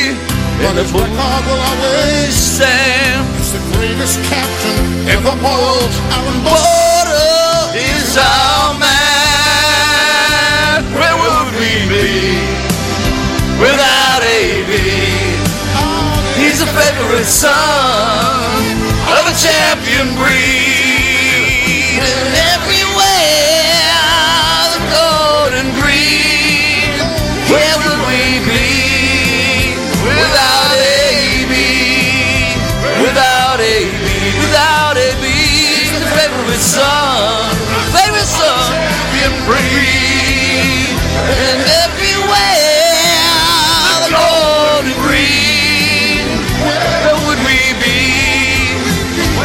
but his record will always stand. He's the greatest captain ever born. Aaron Border is our man. Where would we be without AB? He's a favorite son of a champion breed. And everywhere the golden breed. Where would we be without AB? Without AB, without AB, he's the favorite son, favorite son, champion breed. And everywhere the golden breed. Where would we be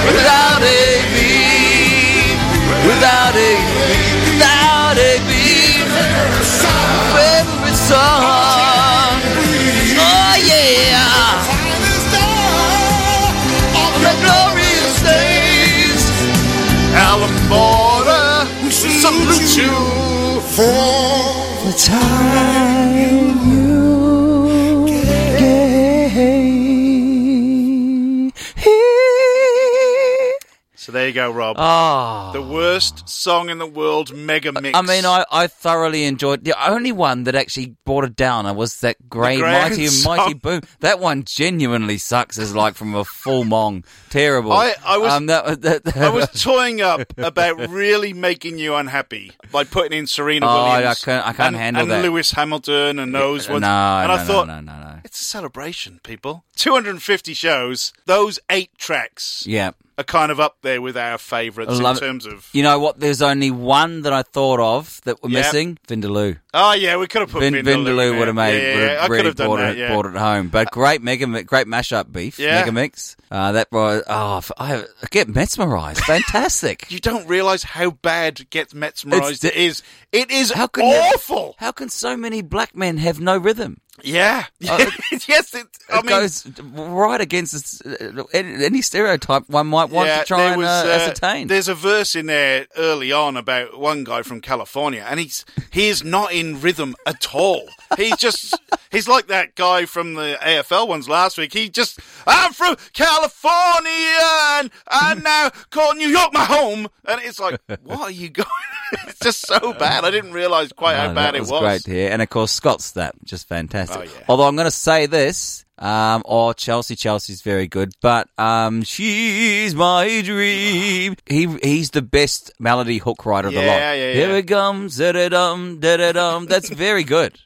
without AB? Without AB, without AB, favorite son. Oh yeah. Of the glorious days. Alan Border, we salute you for the time you
So there you go, Rob.
Ah.
The worst song in the world, mega mix.
I mean, I, I thoroughly enjoyed. The only one that actually brought it down I was that grey
grand
mighty
song.
mighty boom. That one genuinely sucks. Is like from a full mong, terrible.
I, I was
Um, that, that, that-
I
[LAUGHS]
was toying up about really making you unhappy by putting in Serena
Oh, I
Williams.
can't- I can't
and,
handle
and
that.
Lewis Hamilton and those
no,
ones.
no,
and I
no,
thought
no, no, no.
it's a celebration, people. 250 shows, those eight tracks.
Yeah.
are kind of up there with our favourites in
I love it.
terms of.
You know what? There's only one that I thought of that we're
Yeah.
missing Vindaloo.
Oh yeah, we could have put
Vin-
Vindaloo,
Vindaloo
there.
would have made,
Yeah, yeah,
would
yeah, I
have
could
really
have done
brought,
that,
it,
yeah. Uh,
brought it home. But great mega, mi- great mashup beef,
Yeah.
mega mix. Uh, that was, oh, f- I, I get mesmerized. Fantastic.
[LAUGHS] You don't realise how bad Gets Mesmerised
It's-
it is. It is
How can you-
awful.
how can so many black men have no rhythm?
Yeah. [LAUGHS]
Uh,
yes, it, I
it
mean,
goes right against uh, any any stereotype one might want
yeah,
to try
there
and
was,
uh,
uh,
ascertain.
There's a verse in there early on about one guy from California, and he's he is not in rhythm at all. He's just he's like that guy from the AFL ones last week. He just I'm from California, and I now call New York my home, and it's like what are you going? [LAUGHS] it's just so bad. I didn't realize quite
Oh,
how
that
bad
was
it was.
great to hear. And of course, Scott's that just fantastic.
Oh, yeah.
Although I'm going to say this, um, oh Chelsea, Chelsea's very good, but um, she's my dream. He he's the best melody hook writer of the
Yeah,
lot.
yeah, yeah.
Here it comes, da da dum, da da dum. That's
[LAUGHS]
very good.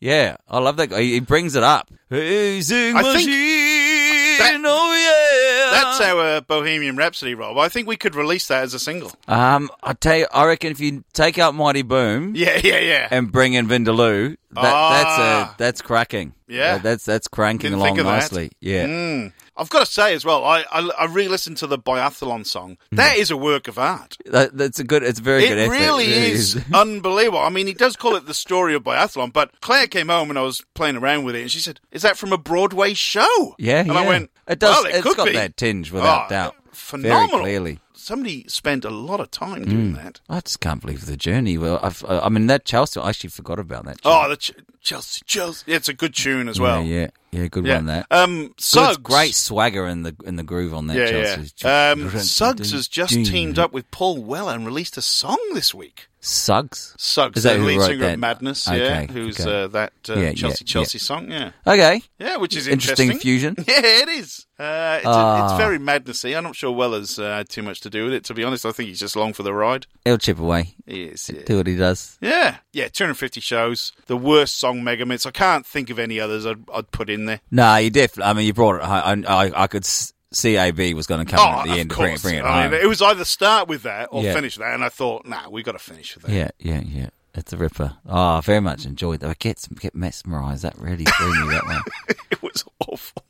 yeah. I love that. guy. He, he brings it up. Hey, sing
I
my
think-
That-
That's our Bohemian Rhapsody, Rob. I think we could release that as a single.
Um, I tell you, I reckon if you take out Mighty Boom,
Yeah, yeah, yeah.
and bring in Vindaloo, that,
Ah.
that's a that's cracking.
Yeah.
That- that's that's cranking
Didn't
along
think of that.
nicely. Yeah,
Mm. I've got to say as well, I, I, I re-listened to the biathlon song. That is a work of art.
that, that's a good. It's a Hmm. very
it
good. effort.
really is
[LAUGHS]
unbelievable. I mean, he does call it the story of biathlon, but Claire came home and I was playing around with it, and she said, "Is that from a Broadway show?"
Yeah,
and
yeah.
I went,
it does.
"Well, it
has
could
got
be."
that tinge without
Oh,
doubt.
Phenomenal.
Very clearly.
Somebody spent a lot of time doing
Mm.
that.
I just can't believe the journey. Well, I've, uh, I mean that Chelsea. I actually forgot about that.
Oh, the Ch- Chelsea, Chelsea. It's a good tune as well.
Yeah, yeah, yeah good
Yeah.
one. That.
Um,
Good-
Suggs-
great swagger in the in the groove on that.
yeah,
Chelsea.
yeah. Um, Suggs has just teamed up with Paul Weller and released a song this week.
Suggs.
Suggs,
Is that
the
who
lead
wrote
singer
that?
of Madness, yeah,
Okay,
who's
okay.
Uh, that uh,
Yeah, yeah,
Chelsea
yeah.
Chelsea song, yeah.
Okay.
Yeah, which is
Interesting
interesting.
fusion.
[LAUGHS] Yeah, it is. Uh, it's, it's
Ah.
very madnessy. I'm not sure Weller's uh, had too much to do with it, to be honest. I think he's just along for the ride.
He'll chip away.
Yes, yeah.
Do what he does.
Yeah, yeah, 250 shows. The worst song megamits. I can't think of any others I'd, I'd put in there.
No, you def. I mean, you brought it. home. I, I, I could s- see AB was going to come in at the end to bring it, bring it
Oh, Ah, I
home.
mean, it was either start with that or
Yeah.
finish that, and I thought, nah, we got to finish with that.
yeah, yeah, yeah. It's a ripper. Oh, I very much enjoyed that. I get get mesmerised. That really threw me that one.
it was awful.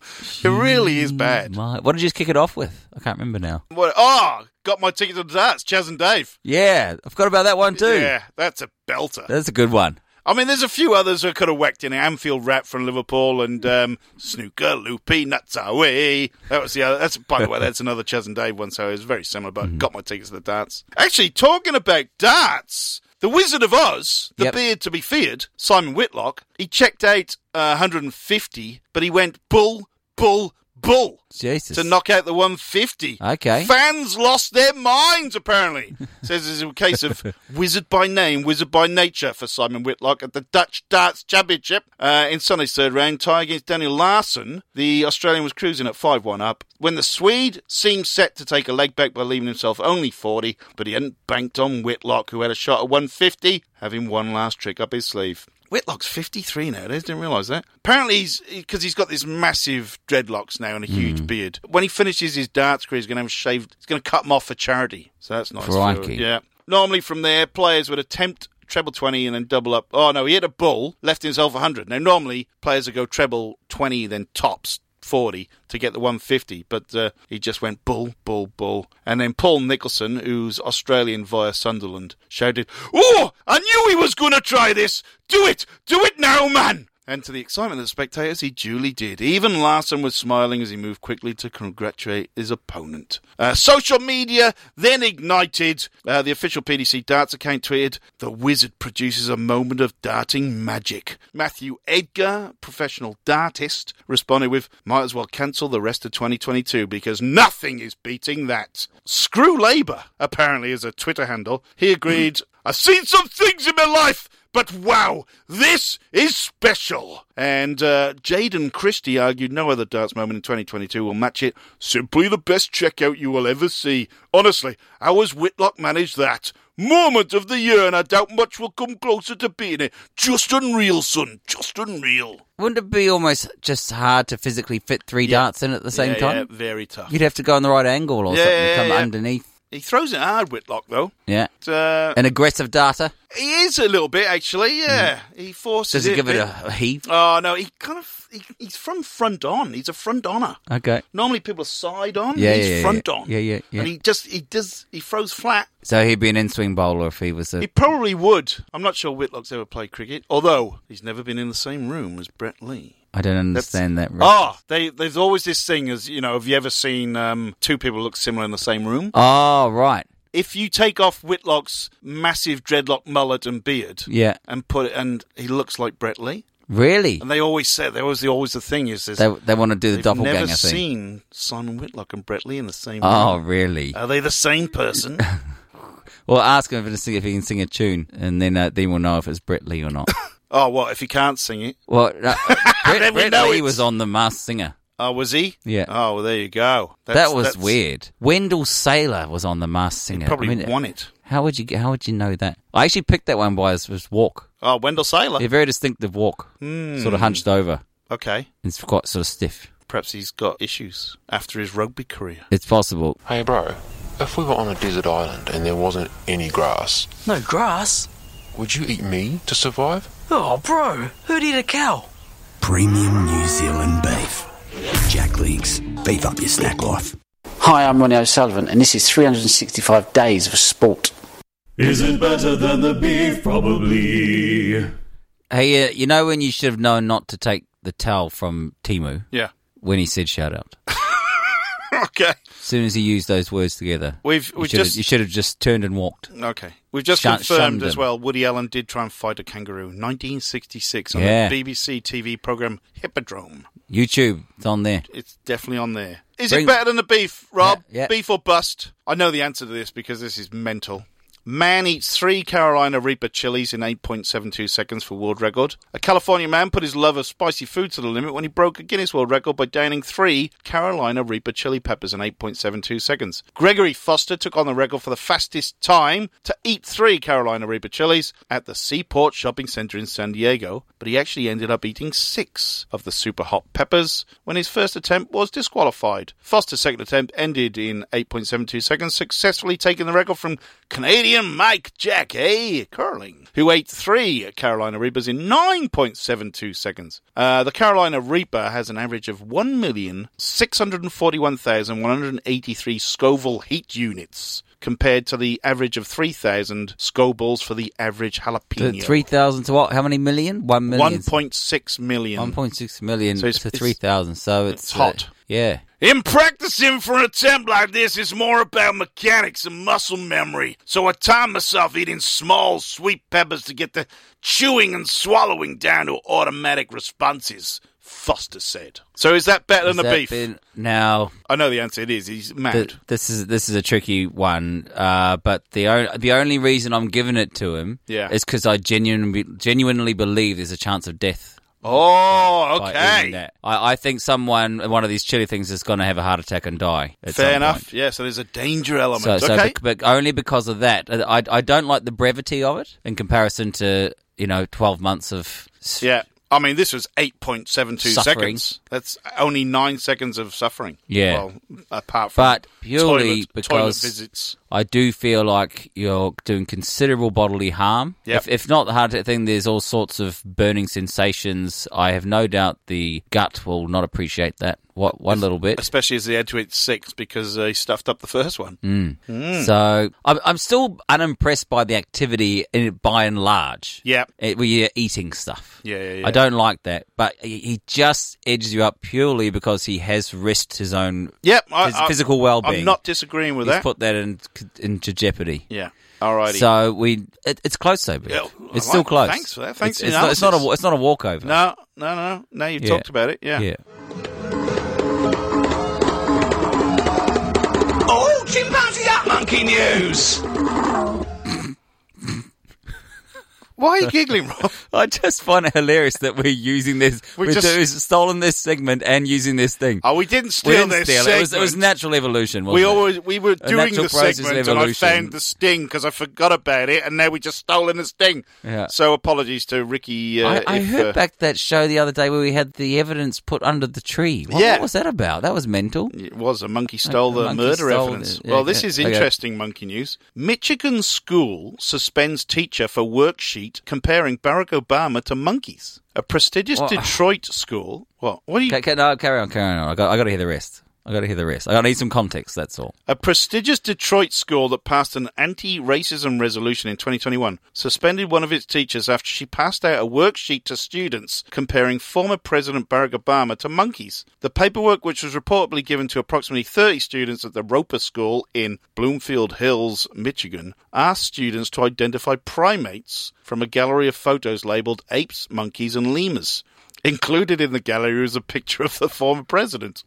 It really is [LAUGHS] bad.
My, what did you just kick it off with? I can't remember now.
What? Oh, got my ticket to the darts, Chaz and Dave.
Yeah, I forgot about that one too.
Yeah, that's a belter.
That's a good one.
I mean, there's a few others I could have whacked in. Anfield Rap from Liverpool and um, Snooker Loopy Nuts Away. That was the other. That's by the way, that's another Chaz and Dave one. So it's very similar. But got my tickets to the darts. Actually, talking about darts, the Wizard of Oz, the beard to be feared, Simon Whitlock. He checked out uh, 150, but he went bull, bull, bull.
Jesus.
To knock out the 150.
Okay.
Fans lost their minds, apparently. Says it's a case of wizard by name, wizard by nature for Simon Whitlock at the Dutch Darts Championship. Uh, in Sunday's third round, tie against Daniel Larson, the Australian was cruising at 5 1 up when the Swede seemed set to take a leg back by leaving himself only 40, but he hadn't banked on Whitlock, who had a shot at 150, having one last trick up his sleeve. Whitlock's 53 nowadays, didn't realise that. Apparently, he's because he's got this massive dreadlocks now and a huge beard. When he finishes his darts career, he's going to have shaved, he's going to cut them off for charity. So that's nice. for-
Crikey.
yeah. Normally, from there, players would attempt treble 20 and then double up. Oh, no, he hit a bull, left himself 100. Now, normally, players would go treble 20, then tops 40 to get the 150, but uh, he just went bull, bull, bull. And then Paul Nicholson, who's Australian via Sunderland, shouted, Oh, I knew he was going to try this. Do it. Do it now, man. And to the excitement of the spectators, he duly did. Even Larson was smiling as he moved quickly to congratulate his opponent. Uh, social media then ignited. Uh, the official PDC darts account tweeted, The wizard produces a moment of darting magic. Matthew Edgar, professional dartist, responded with, Might as well cancel the rest of 2022 because nothing is beating that. Screw Labour, apparently, is a Twitter handle. He agreed, I've seen some things in my life but wow, this is special. And uh, Jaden Christie argued no other darts moment in 2022 will match it. Simply the best checkout you will ever see. Honestly, how has Whitlock managed that? moment of the year, and I doubt much will come closer to beating it. Just unreal, son. Just unreal.
Wouldn't it be almost just hard to physically fit three darts in at the same
Yeah, yeah,
time?
very tough.
You'd have to go in the right angle or
Yeah,
something to
yeah,
come
yeah.
underneath.
He throws it hard, Whitlock, though.
Yeah.
But, uh,
An aggressive darter.
he is a little bit, actually, yeah. He forces
Mm. Does he
it
give it
bit.
a, a heave?
Oh, no, he kind of. He, he's from front on. He's a front honor.
Okay.
Normally people are side on.
Yeah,
he's
yeah, yeah,
front
yeah.
on.
Yeah, yeah, yeah.
And he just. He does. He throws flat.
So he'd be an in-swing bowler if he was a.
He probably would. I'm not sure Whitlock's ever played cricket, although he's never been in the same room as Brett Lee.
I don't understand that. Rick.
Oh, they, there's always this thing as you know. Have you ever seen um, two people look similar in the same room?
Oh, right.
If you take off Whitlock's massive dreadlock mullet and beard,
Yeah.
and put it, and he looks like Brett Lee.
Really?
And they always say there was the, always the thing is this,
They- they wanna do the
they've
doppelganger
never
thing.
seen Simon Whitlock and Brett Lee in the same.
Oh,
room.
really?
Are they the same
[LAUGHS]
person?
Well, ask him if he can sing, if he can sing a tune, and then uh, then we'll know if it's Brett Lee or
[LAUGHS]
not.
oh, what if he can't sing it?
well, uh, no, Brett,
[LAUGHS] Then we
Brett
know
Lee
it's-
was on the Masked Singer.
Oh, was he?
Yeah.
Oh, well, there you go.
that was weird. Wendell Saylor was on the Masked Singer. uh,
probably won it.
How would you How would you know that? I actually picked that one by his, his walk.
Oh, Wendell Saylor.
A very distinctive walk,
Hmm.
sort of hunched over.
Okay.
It's quite sort of stiff.
Perhaps he's got issues after his rugby career.
It's possible.
Hey, bro, if we were on a desert island and there wasn't any grass,
No grass?
would you eat me to survive?
Oh, bro, who'd eat a cow?
Premium New Zealand beef. Jack Links. Beef up your snack life.
Hi, I'm Ronnie O'Sullivan, and this is 365 Days of Sport.
Isn't better than the beef, probably.
Hey, uh, you know when you should have known not to take the towel from Timu?
Yeah. [LAUGHS]
When he said shout out.
Okay.
As soon as he used those words together,
[LAUGHS] We've-
you
we've
should have-
just-
you should have just turned and walked.
Okay. We've just
Shun-
confirmed
shunned
as
him.
well Woody Allen did try and fight a kangaroo. 1966 on
Yeah.
the BBC TV programme Hippodrome.
YouTube, it's on there.
It's definitely on there. Is
Bring-
it better than the beef, Rob?
Yeah, yeah.
Beef or bust? I know the answer to this because this is mental. Man eats three Carolina Reaper chilies in 8.72 seconds for world record. A California man put his love of spicy food to the limit when he broke a Guinness World Record by downing three Carolina Reaper chili peppers in 8.72 seconds. Gregory Foster took on the record for the fastest time to eat three Carolina Reaper chilies at the Seaport Shopping Center in San Diego, but he actually ended up eating six of the super hot peppers when his first attempt was disqualified. Foster's second attempt ended in 8.72 seconds, successfully taking the record from Canadian Mike Jack A. Curling, who ate three Carolina Reapers in 9.72 seconds. Uh, the Carolina Reaper has an average of 1,641,183 Scoville heat units. Compared to the average of 3,000 Scovilles for the average
The
jalapeno.
3,000 to what? How many million? 1 million.
1.6 million.
1.6 million
So it's-
to
it's-
3,000. So it's,
it's hot.
uh, yeah.
In practicing for an attempt like this, it's more about mechanics and muscle memory. So I timed myself eating small sweet peppers to get the chewing and swallowing down to automatic responses, Foster said. So is that better
Has
than the
that
beef?
been- now,
I know the answer it is. He's mad.
th- this is this is a tricky one, uh, but the o- the only reason I'm giving it to him
Yeah.
is because I genuinely genuinely believe there's a chance of death.
oh,
by eating
okay.
that. I, I think someone one of these chili things is going to have a heart attack and die. at some
Fair enough.
point.
Yeah, so there's a danger element.
So, so
okay.
bec- but only because of that, Uh, I, I don't like the brevity of it in comparison to you know twelve months of
yeah. I mean, this was 8.72
Suffering.
seconds. That's only nine seconds of suffering.
Yeah.
Well, apart from
but purely
toilet,
because
toilet visits.
I do feel like you're doing considerable bodily harm.
Yep.
If, if not the heart attack thing, there's all sorts of burning sensations. I have no doubt the gut will not appreciate that. What one little bit.
especially as they had to eat six because they stuffed up the first one.
Mm.
Mm.
So I'm, I'm still unimpressed by the activity in, by and large.
Yeah.
It, where you're eating stuff.
Yeah, yeah, yeah.
I don't like that, but he, he just edges you up purely because he has risked his own
Yep, I-
phys-
I-
physical well-being.
I'm not disagreeing with
He's
that.
put that in, into jeopardy.
Yeah. Alrighty.
So we, it, it's close though, Biff.
Yeah, I
it's still
like-
close.
thanks for that. Thanks
It's,
for the
it's not, it's not a. wa-
analysis.
It's not a walkover.
No, no, no. Now you've
Yeah.
talked about it. Yeah.
Yeah.
Oh, chimpanzee's up, monkey news!
Why are you giggling,
[LAUGHS]
Rob?
I just find it hilarious that we're using this.
[LAUGHS] We
We are
just-
stolen this segment and using this thing.
Oh, we didn't steal this
It, was, it was
segment.
natural evolution. Wasn't
We
it?
always we were
A
doing
natural
the
process of
segment, and I
evolution.
found the sting because I forgot about it, and now we just stolen the sting.
Yeah.
So apologies to Ricky. Uh,
I, I
if,
heard
uh,
back that show the other day where we had the evidence put under the tree. What,
Yeah.
what was that about? That was mental.
It was a monkey stole the
monkey
murder
stole
evidence.
it. Yeah,
well, this
yeah.
is
Okay.
interesting monkey news. Michigan school suspends teacher for worksheet comparing Barack Obama to monkeys. A prestigious
What?
Detroit school. What? What are you?
Ca- ca- no, carry on, carry on. I got, I got to hear the rest. I got to hear the rest. I got to need some context. That's all.
A prestigious Detroit school that passed an anti racism resolution in 2021 suspended one of its teachers after she passed out a worksheet to students comparing former President Barack Obama to monkeys. The paperwork, which was reportedly given to approximately 30 students at the Roper School in Bloomfield Hills, Michigan, asked students to identify primates from a gallery of photos labeled apes, monkeys, and lemurs. Included in the gallery was a picture of the former president.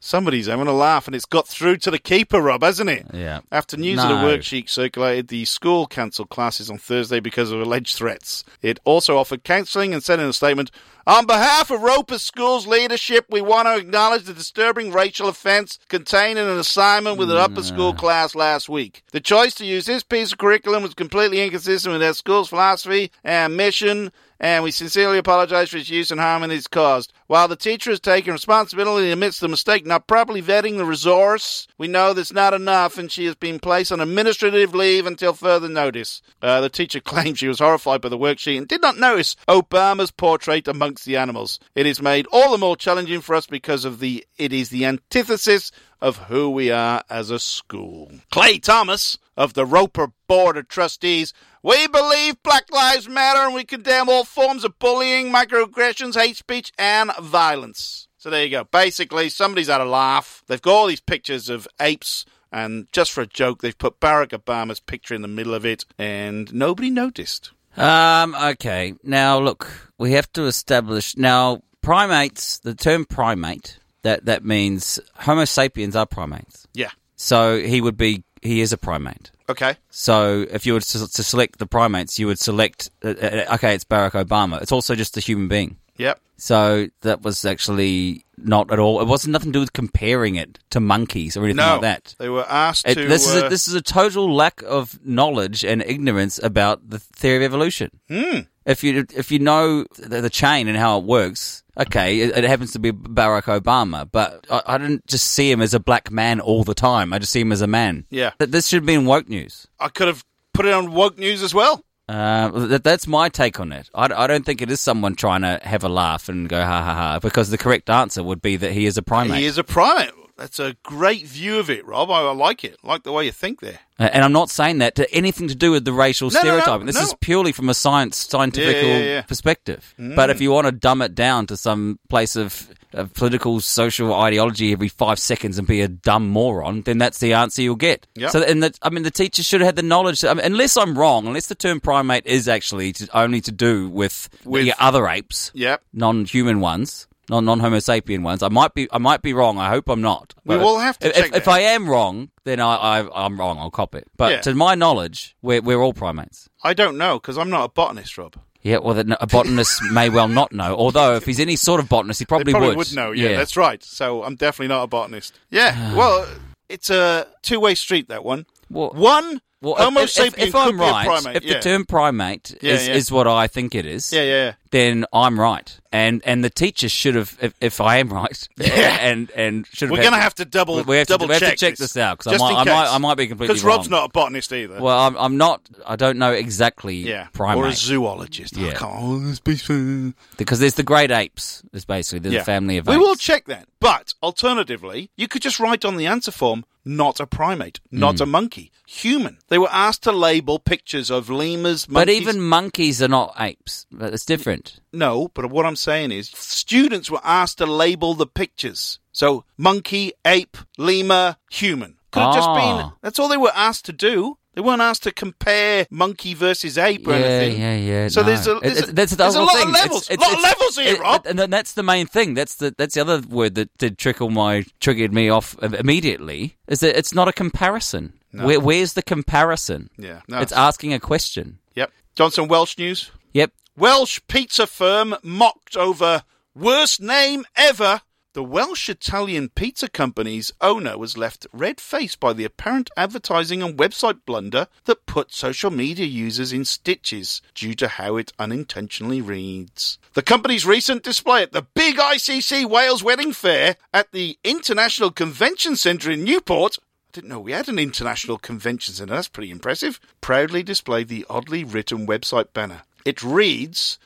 Somebody's having a laugh, and it's got through to the keeper, Rob, hasn't it?
Yeah.
After news of
No.
the worksheet circulated, the school cancelled classes on Thursday because of alleged threats. It also offered counselling and said in a statement, "On behalf of Roper School's leadership, we want to acknowledge the disturbing racial offence contained in an assignment with an
Mm.
upper school class last week. The choice to use this piece of curriculum was completely inconsistent with our school's philosophy and mission." and we sincerely apologize for its use and harm it has caused. While the teacher has taken responsibility and admits the mistake, not properly vetting the resource, we know that's not enough, and she has been placed on administrative leave until further notice. Uh, the teacher [LAUGHS] claimed she was horrified by the worksheet and did not notice Obama's portrait amongst the animals. It is made all the more challenging for us because of the it is the antithesis of who we are as a school. Clay Thomas of the Roper Board of Trustees. We believe Black Lives Matter and we condemn all forms of bullying, microaggressions, hate speech, and violence. So there you go. Basically, somebody's had a laugh. They've got all these pictures of apes, and just for a joke, they've put Barack Obama's picture in the middle of it, and nobody noticed.
Um. Okay. Now, look, we have to establish now primates. The term primate that that means Homo sapiens are primates.
Yeah.
So he would be. He is a primate.
Okay.
So if you were to, to select the primates, you would select. Uh, uh, okay, it's Barack Obama. It's also just a human being.
Yep.
So that was actually not at all. It wasn't nothing to do with comparing it to monkeys or anything
no,
like that.
they were asked
It-
to.
this is
uh,
a, this is a total lack of knowledge and ignorance about the theory of evolution.
Hmm.
If you if you know the, the chain and how it works, okay, it, it happens to be Barack Obama, but I, I didn't just see him as a black man all the time. I just see him as a man.
Yeah.
That this should have been woke news.
I could have put it on woke news as well.
Uh, that, that's my take on it. I, d- I don't think it is someone trying to have a laugh and go ha ha ha because the correct answer would be that he is a primate.
He is a primate. That's a great view of it, Rob. I, I like it. like the way you think there.
Uh, And I'm not saying that to anything to do with the racial
No, no, no,
stereotyping. this
no.
is purely from a science scientific
Yeah, yeah, yeah.
perspective.
Mm.
But if you want to dumb it down to some place of, of political social ideology every five seconds and be a dumb moron, then that's the answer you'll get.
Yeah.
So, and that I mean, the teacher should have had the knowledge. That, I mean, unless I'm wrong, unless the term primate is actually to, only to do with,
With-
the other apes,
Yep.
non-human ones. Non non Homo sapien ones. I might be I might be wrong. I hope I'm not.
We
But
will have to
if,
check
if, if I am wrong, then I, I I'm wrong. I'll cop it. But
Yeah.
to my knowledge, we're we're all primates.
I don't know because I'm not a botanist, Rob.
Yeah, well, that a botanist [LAUGHS] may well not know. Although, if he's any sort of botanist, he probably,
They probably would know. Yeah, that's right. So I'm definitely not a botanist.
[SIGHS]
Yeah. well, it's a two-way street. That one. one
Well, if-
Homo
if,
sapien
if, if I'm
could
right,
be a primate.
if
yeah.
the term primate
Yeah,
is,
yeah.
is what I think it is,
Yeah, yeah, yeah.
then I'm right. And and the teacher should have, if, if I am right, [LAUGHS] and and should have.
we're
had-
going to have to double
we- we have to-
double
we have to
check,
check this out because I
Just
might,
in
I
case.
might I might be completely
Because
wrong.
Rob's not a botanist either.
Well, I'm, I'm not. I don't know exactly.
Yeah.
primate
Or a zoologist.
Yeah.
I can't. oh, This be
because there's the great apes. Is basically the
Yeah.
family of
We
apes.
will check that. But alternatively, you could just write on the answer form not a primate, not
Hmm.
a monkey, human. They were asked to label pictures of lemurs, monkeys.
but even monkeys are not apes. But It's different.
No, but what I'm saying is students were asked to label the pictures. So monkey, ape, lemur, human. Could have just been
Ah.
that's all they were asked to do. They weren't asked to compare monkey versus ape or
yeah,
anything.
yeah, yeah.
So
no.
there's a,
It-
there's,
it's-
a,
that's the
there's a
whole
lot
thing.
of
It's-
levels.
it's-
lot of
it's-
levels here,
it-
Rob.
it- and then that's the main thing. That's the that's the other word that did trickle my triggered me off immediately. Is that it's not a comparison.
No.
Where, where's the comparison?
Yeah, no,
it's
it's-
asking a question.
Yep. Johnson Welsh news.
Yep.
Welsh pizza firm mocked over worst name ever. The Welsh Italian Pizza Company's owner was left red faced by the apparent advertising and website blunder that put social media users in stitches due to how it unintentionally reads. The company's recent display at the big ICC Wales Wedding Fair at the International Convention Centre in Newport I didn't know we had an international convention centre. That's pretty impressive. Proudly displayed the oddly written website banner. It reads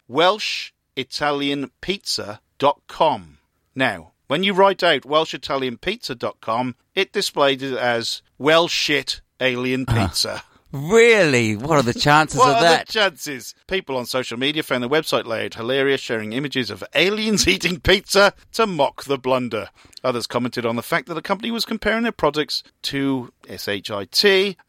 WelshItalianPizza.com. Now, when you write out WelshItalianPizza.com, it displayed it as Well Shit Alien Pizza.
Really? What are the chances
what
of
are
that?
the chances? People on social media found the website layout hilarious, sharing images of aliens [LAUGHS] eating pizza to mock the blunder. Others commented on the fact that the company was comparing their products to SHIT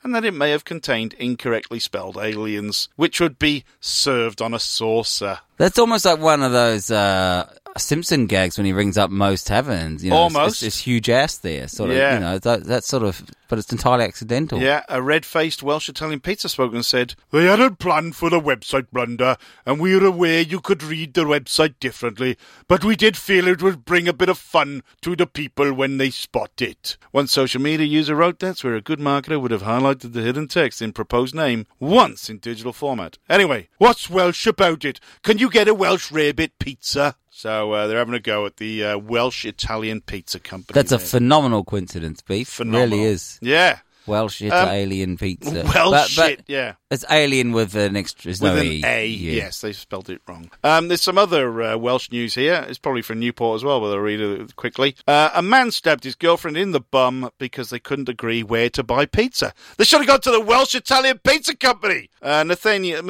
and that it may have contained incorrectly spelled aliens, which would be served on a saucer.
That's almost like one of those uh, Simpson gags when he rings up Moe's Taverns. You know, it's-
Almost.
It's this huge ass there, sort of.
Yeah.
You know, that, that's sort of, but it's entirely accidental.
Yeah, a red faced Welsh Italian pizza spokesman said, They had a plan for the website blunder, and we were aware you could read the website differently, but we did feel it would bring a bit of fun to the people when they spot it. One social media user wrote, That's where a good marketer would have highlighted the hidden text in proposed name once in digital format. Anyway, what's Welsh about it? Can you get a Welsh rarebit pizza? So uh, they're having a go at the uh, Welsh Italian Pizza Company.
That's a
there.
phenomenal coincidence, Beef. Really is.
Yeah.
Welsh it's
Um,
alien pizza.
Welsh
But- but
it, yeah.
It's alien with an extra. With no
With an
E.
A,
Yeah.
yes, they spelled it wrong. Um, there's some other uh, Welsh news here. It's probably from Newport as well, but I'll read it quickly. Uh, a man stabbed his girlfriend in the bum because they couldn't agree where to buy pizza. They should have gone to the Welsh Italian Pizza Company. Uh, Nathaniel,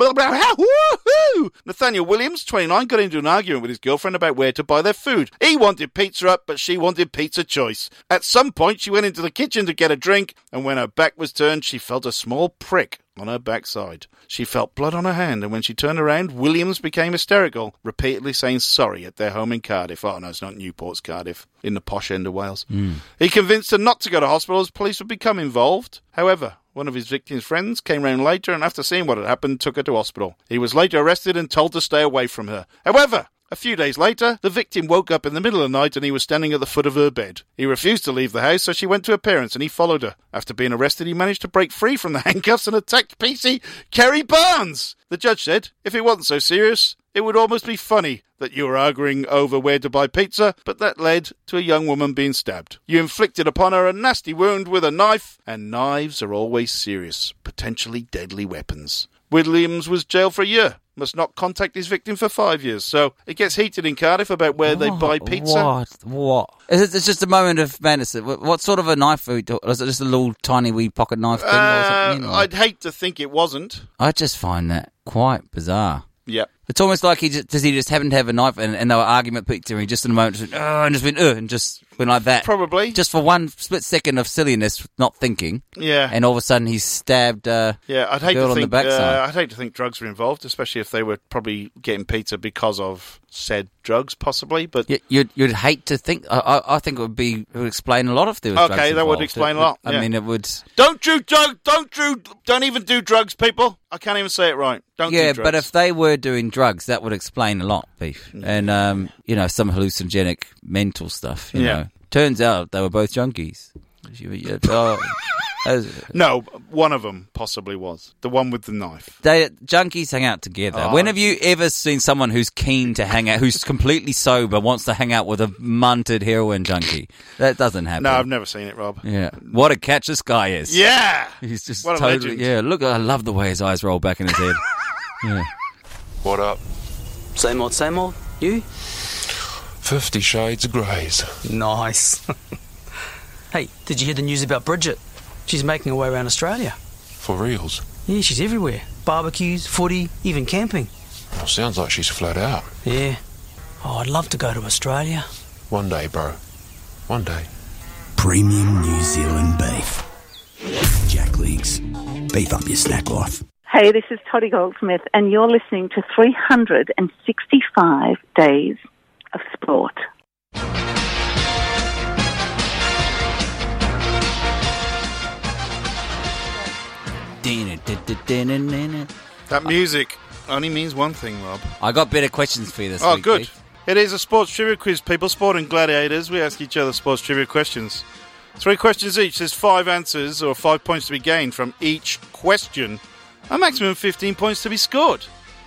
[LAUGHS] Woohoo! Nathaniel Williams, 29, got into an argument with his girlfriend about where to buy their food. He wanted pizza up, but she wanted pizza choice. At some point, she went into the kitchen to get a drink, and when her back was turned, she felt a small prick on her backside. She felt blood on her hand, and when she turned around, Williams became hysterical, repeatedly saying sorry at their home in Cardiff. Oh, no, it's not Newport's Cardiff, in the posh end of Wales. He convinced her not to go to hospital as police would become involved. However, one of his victim's friends came round later and, after seeing what had happened, took her to hospital. He was later arrested and told to stay away from her. However, a few days later, the victim woke up in the middle of the night and he was standing at the foot of her bed. He refused to leave the house, so she went to her parents and he followed her. After being arrested, he managed to break free from the [LAUGHS] handcuffs and attacked PC Kerry Barnes. The judge said, If it wasn't so serious, it would almost be funny that you were arguing over where to buy pizza, but that led to a young woman being stabbed. You inflicted upon her a nasty wound with a knife, and knives are always serious, potentially deadly weapons. Williams was jailed for a year. Must not contact his victim for five years. So it gets heated in Cardiff about where they buy pizza.
What? What? Is it, it's just a moment of madness. What, what sort of a knife are we talking? Is it just a little tiny wee pocket knife thing or
Uh,
something? You know?
I'd hate to think it wasn't.
I just find that quite bizarre.
Yep.
It's almost like he just, does he just happen to have a knife and, and they were argument pizza and he just in a moment just went, oh, and just went, oh, and just went like that.
Probably.
Just for one split second of silliness, not thinking.
Yeah.
And all of a sudden he's stabbed uh,
Yeah, I'd hate
girl
to
on
think.
the backside.
uh, I'd hate to think drugs were involved, especially if they were probably getting pizza because of said drugs, possibly. But
Y- You'd you'd hate to think. I, I, I think it would be it would explain a lot if there was
Okay,
drugs
that would
involved.
explain
It
a lot,
would- I
yeah.
mean, it would.
Don't do drug. Don't do. Don't even do drugs, people. I can't even say it right. Don't.
yeah,
do drugs. Mm-hmm.
but if they were doing drugs, that would explain a lot, beef, and um, you know, some hallucinogenic mental stuff. You
Yeah.
know, turns out they were both junkies. You- you-
[LAUGHS]
oh, those-
no, one of them possibly was the one with the knife.
They junkies hang out together.
Oh,
when have you ever seen someone who's keen to hang out, who's completely sober, wants to hang out with a munted heroin junkie? That doesn't happen.
No, I've never seen it, Rob.
Yeah. What a catch this guy is.
Yeah.
He's just
What a
totally.
legend.
Yeah. Look, I love the way his eyes roll back
[LAUGHS]
in his head. yeah.
What up?
Same old, same old. You?
Fifty Shades of Greys.
Nice. [LAUGHS] hey, did you hear the news about Bridget? She's making her way around Australia.
For reals.
Yeah, she's everywhere. Barbecues, footy, even camping.
Well, sounds like she's flat out.
Yeah. Oh, I'd love to go to Australia.
One day, bro. One day.
Premium New Zealand beef. Jack Links. Beef up your snack life.
Hey, this is Toddy Goldsmith, and you're listening to 365 Days of Sport.
Dinner, dinner, dinner, dinner.
That music only means one thing, Rob.
I got better questions for you this
oh,
week.
good.
Keith.
It is a sports trivia quiz, people. Sport and gladiators. We ask each other sports trivia questions. Three questions each. There's five answers or five points to be gained from each question. A maximum of 15 points to be scored.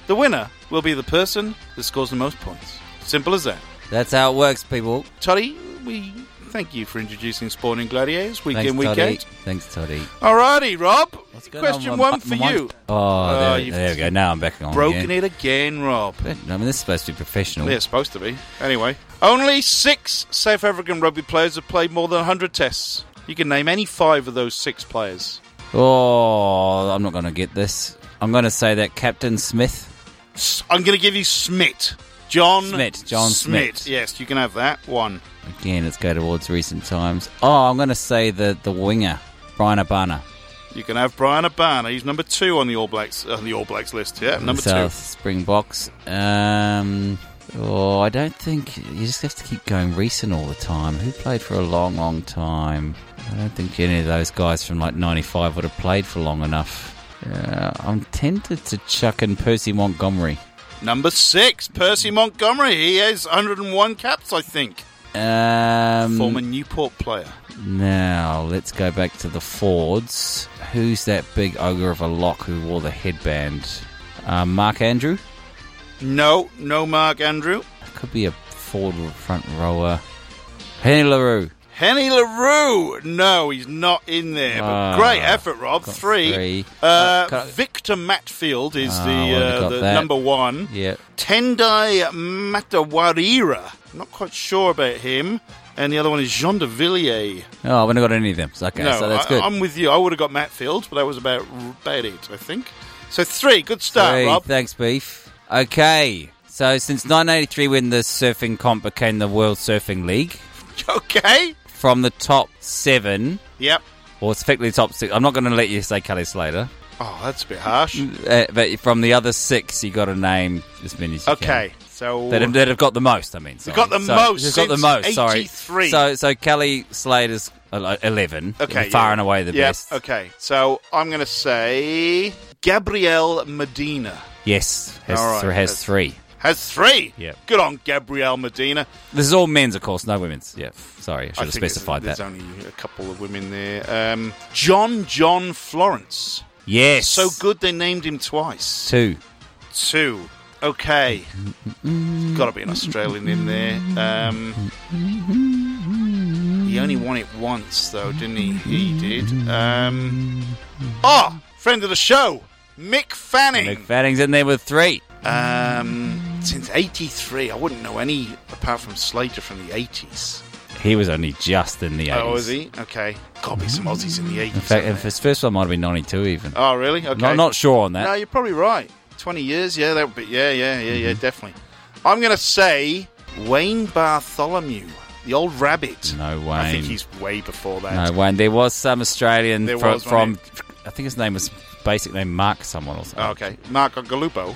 The winner will be the person that scores the most points. Simple as that.
That's how it works, people.
Toddy, we thank you for introducing Sporting Gladiators week
Thanks,
in, week
Toddy.
out.
Thanks, Toddy.
Alrighty, Rob.
going on
Question
with
one
my-
for
my-
you.
Oh,
Ah,
there,
you've
there we go. Now I'm back on.
Broken
again.
it again, Rob.
I mean, this is supposed to be professional.
They're supposed to be. Anyway, only six South African rugby players have played more than 100 tests. You can name any five of those six players.
Oh, I'm not going to get this. I'm going to say that Captain Smith.
S- I'm going to give you Smith. John
Smit, John Smit.
Yes, you can have that one.
Again, let's go towards recent times. Oh, I'm going to say the the winger, Brian Abana.
You can have Brian Abana. He's number two on the All Blacks on the All Blacks list. Yeah, number
South Springboks. Um, oh, I don't think you just have to keep going recent all the time. Who played for a long, long time? I don't think any of those guys from like '95 would have played for long enough. Uh, I'm tempted to chuck in Percy Montgomery.
two. Number six, Percy Montgomery. He has 101 caps, I think.
Um,
Former Newport player.
Now let's go back to the Fords. Who's that big ogre of a lock who wore the headband? Uh, Mark Andrew.
No, no Mark Andrew.
Could be a Ford front rower. Henny LaRue.
Henny LaRue. No, he's not in there. But
Ah,
great effort, Rob.
got
Three.
three.
Uh, Victor Matfield is
Ah,
the,
well,
uh,
got
the
that.
number one.
Yeah.
Tendai Matawarira. Not quite sure about him. And the other one is Jean de Villiers.
Oh, I haven't got any of them. So, okay,
no,
so that's
I,
good.
I'm with you. I would have got Matfield, but that was about, about it, I think. So three. Good start,
Three.
Rob. [LAUGHS]
Thanks, Beef. Okay. So since 1983, when the surfing comp became the World Surfing League,
Okay.
from the top seven,
Yep.
or it's effectively top six, I'm not going to let you say Kelly Slater,
Oh, that's a bit harsh.
uh, but from the other six, you got to name as many as you can.
Okay. So
That have, that have got the most, I mean. Sorry.
got the
So-
most
They've got the
since
most, sorry.
83.
So, so Kelly Slater's uh, 11.
Okay,
Far
yeah.
and away the
Yep,
best.
Okay, so I'm going to say Gabrielle Medina
Yes. Has,
All right,
th- has
that's-
three.
has three.
Yep.
Good on Gabrielle Medina.
This is all men's, of course, no women's. Yeah. Sorry, I should
I
have
think
specified
there's,
that.
There's only a couple of women there. Um, John John Florence.
Yes.
So good they named him twice.
Two.
Two. Okay. Got to be an Australian in there. Um, he only won it once, though, didn't he? He did. Um, oh, friend of the show, Mick Fanning.
Mick Fanning's in there with three.
Um, since '83, I wouldn't know any apart from Slater from the '80s.
He was only just in the 80s.
Oh, is he? Okay. Got to be some Aussies in the
In
'80s.
fact, if his first one might have been 92 even.
Oh, really? Okay.
No, not sure on that.
No, you're probably right. 20 years, yeah, that would be. Yeah, yeah, yeah,
Mm-hmm.
yeah, definitely. I'm going to say Wayne Bartholomew, the old rabbit.
No, Wayne.
I think he's way before that.
No, Wayne. There was some Australian
There
fro-
was
from,
one
I think his name was basic name Mark someone or something.
Oh, okay. Marco Galupo.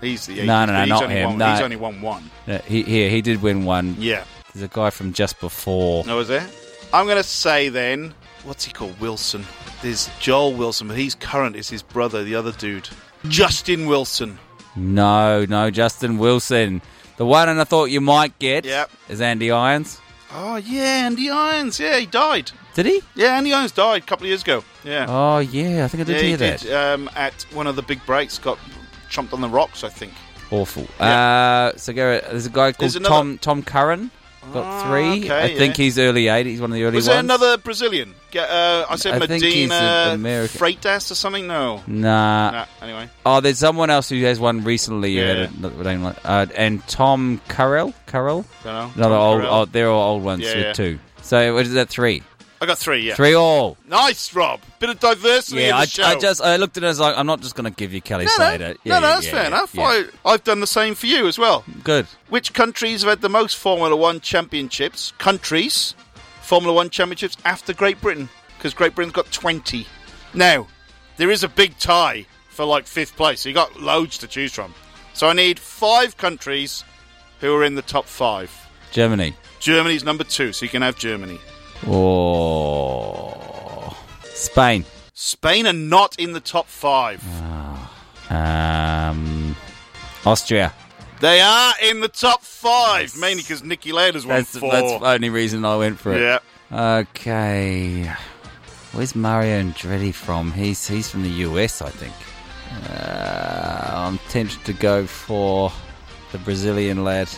He's the 80s.
No, no, no,
but he's
not
only
him.
Won,
No.
He's only won one.
Uh, he, here, he did win one.
Yeah.
There's a guy from just before.
No, is there? I'm going to say then, what's he called? Wilson. There's Joel Wilson, but he's current. It's his brother, the other dude. Justin Wilson.
No, no, Justin Wilson. The one and I thought you might get
Yep.
is Andy Irons.
Oh, yeah, Andy Irons. Yeah, he died.
Did he?
Yeah, Andy Irons died a couple of years ago. Yeah.
Oh, yeah. I think I did
yeah,
hear
he
that.
did. Um, at one of the big breaks, got chomped on the rocks, I think.
Awful. Uh, so Garrett, there's a guy called
There's another- Ah,
Tom Tom Curran. Got three.
okay,
I think
yeah.
he's early 80s, one of the early
Was
ones.
there another Brazilian? Ge- Uh, I said
I think he's
Medina
an American.
Freitas or something. No.
Nah.
Nah, anyway.
Oh, there's someone else who has one recently. who
Yeah.
had a- not- name like- uh, and Tom Carell? Carell?
Dunno.
Another
Tom
old,
Carell.
old, they're all old ones
Yeah,
with
yeah.
two. So what is that, three?
I got three. Yeah.
Three all.
Nice, Rob. Bit of diversity. in
Yeah,
the
I,
show.
I just I looked at it as like, I'm not just going to give you Kelly
No, no,
Slater.
no, no, that's fair
yeah,
enough.
yeah.
I, I've done the same for you as well.
Good.
Which countries have had the most Formula One championships? Countries, Formula One championships after Great Britain, because Great Britain's got 20. Now, there is a big tie for like fifth place. You got loads to choose from. So I need five countries who are in the top five.
Germany.
Germany's number two, so you can have Germany.
Oh. Spain.
Spain are not in the top five.
Um, Austria.
They are in the top five, mainly because Nicky Lauda's won
That's,
four.
that's the only reason I went for it.
Yeah.
Okay. Where's Mario Andretti from? He's he's from the US, I think. Uh, I'm tempted to go for the Brazilian lad.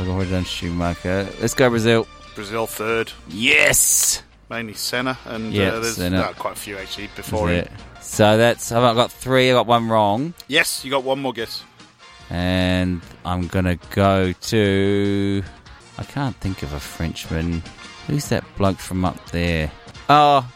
I've already done Schumacher. Let's go Brazil.
Brazil third.
Yes.
Mainly Senna, and
Yeah,
uh, there's
Senna.
no, quite a few actually before
Yeah.
him.
So that's I've got three. I got one wrong,
Yes, you got one more guess.
and I'm gonna go to. I can't think of a Frenchman. Who's that bloke from up there? Oh,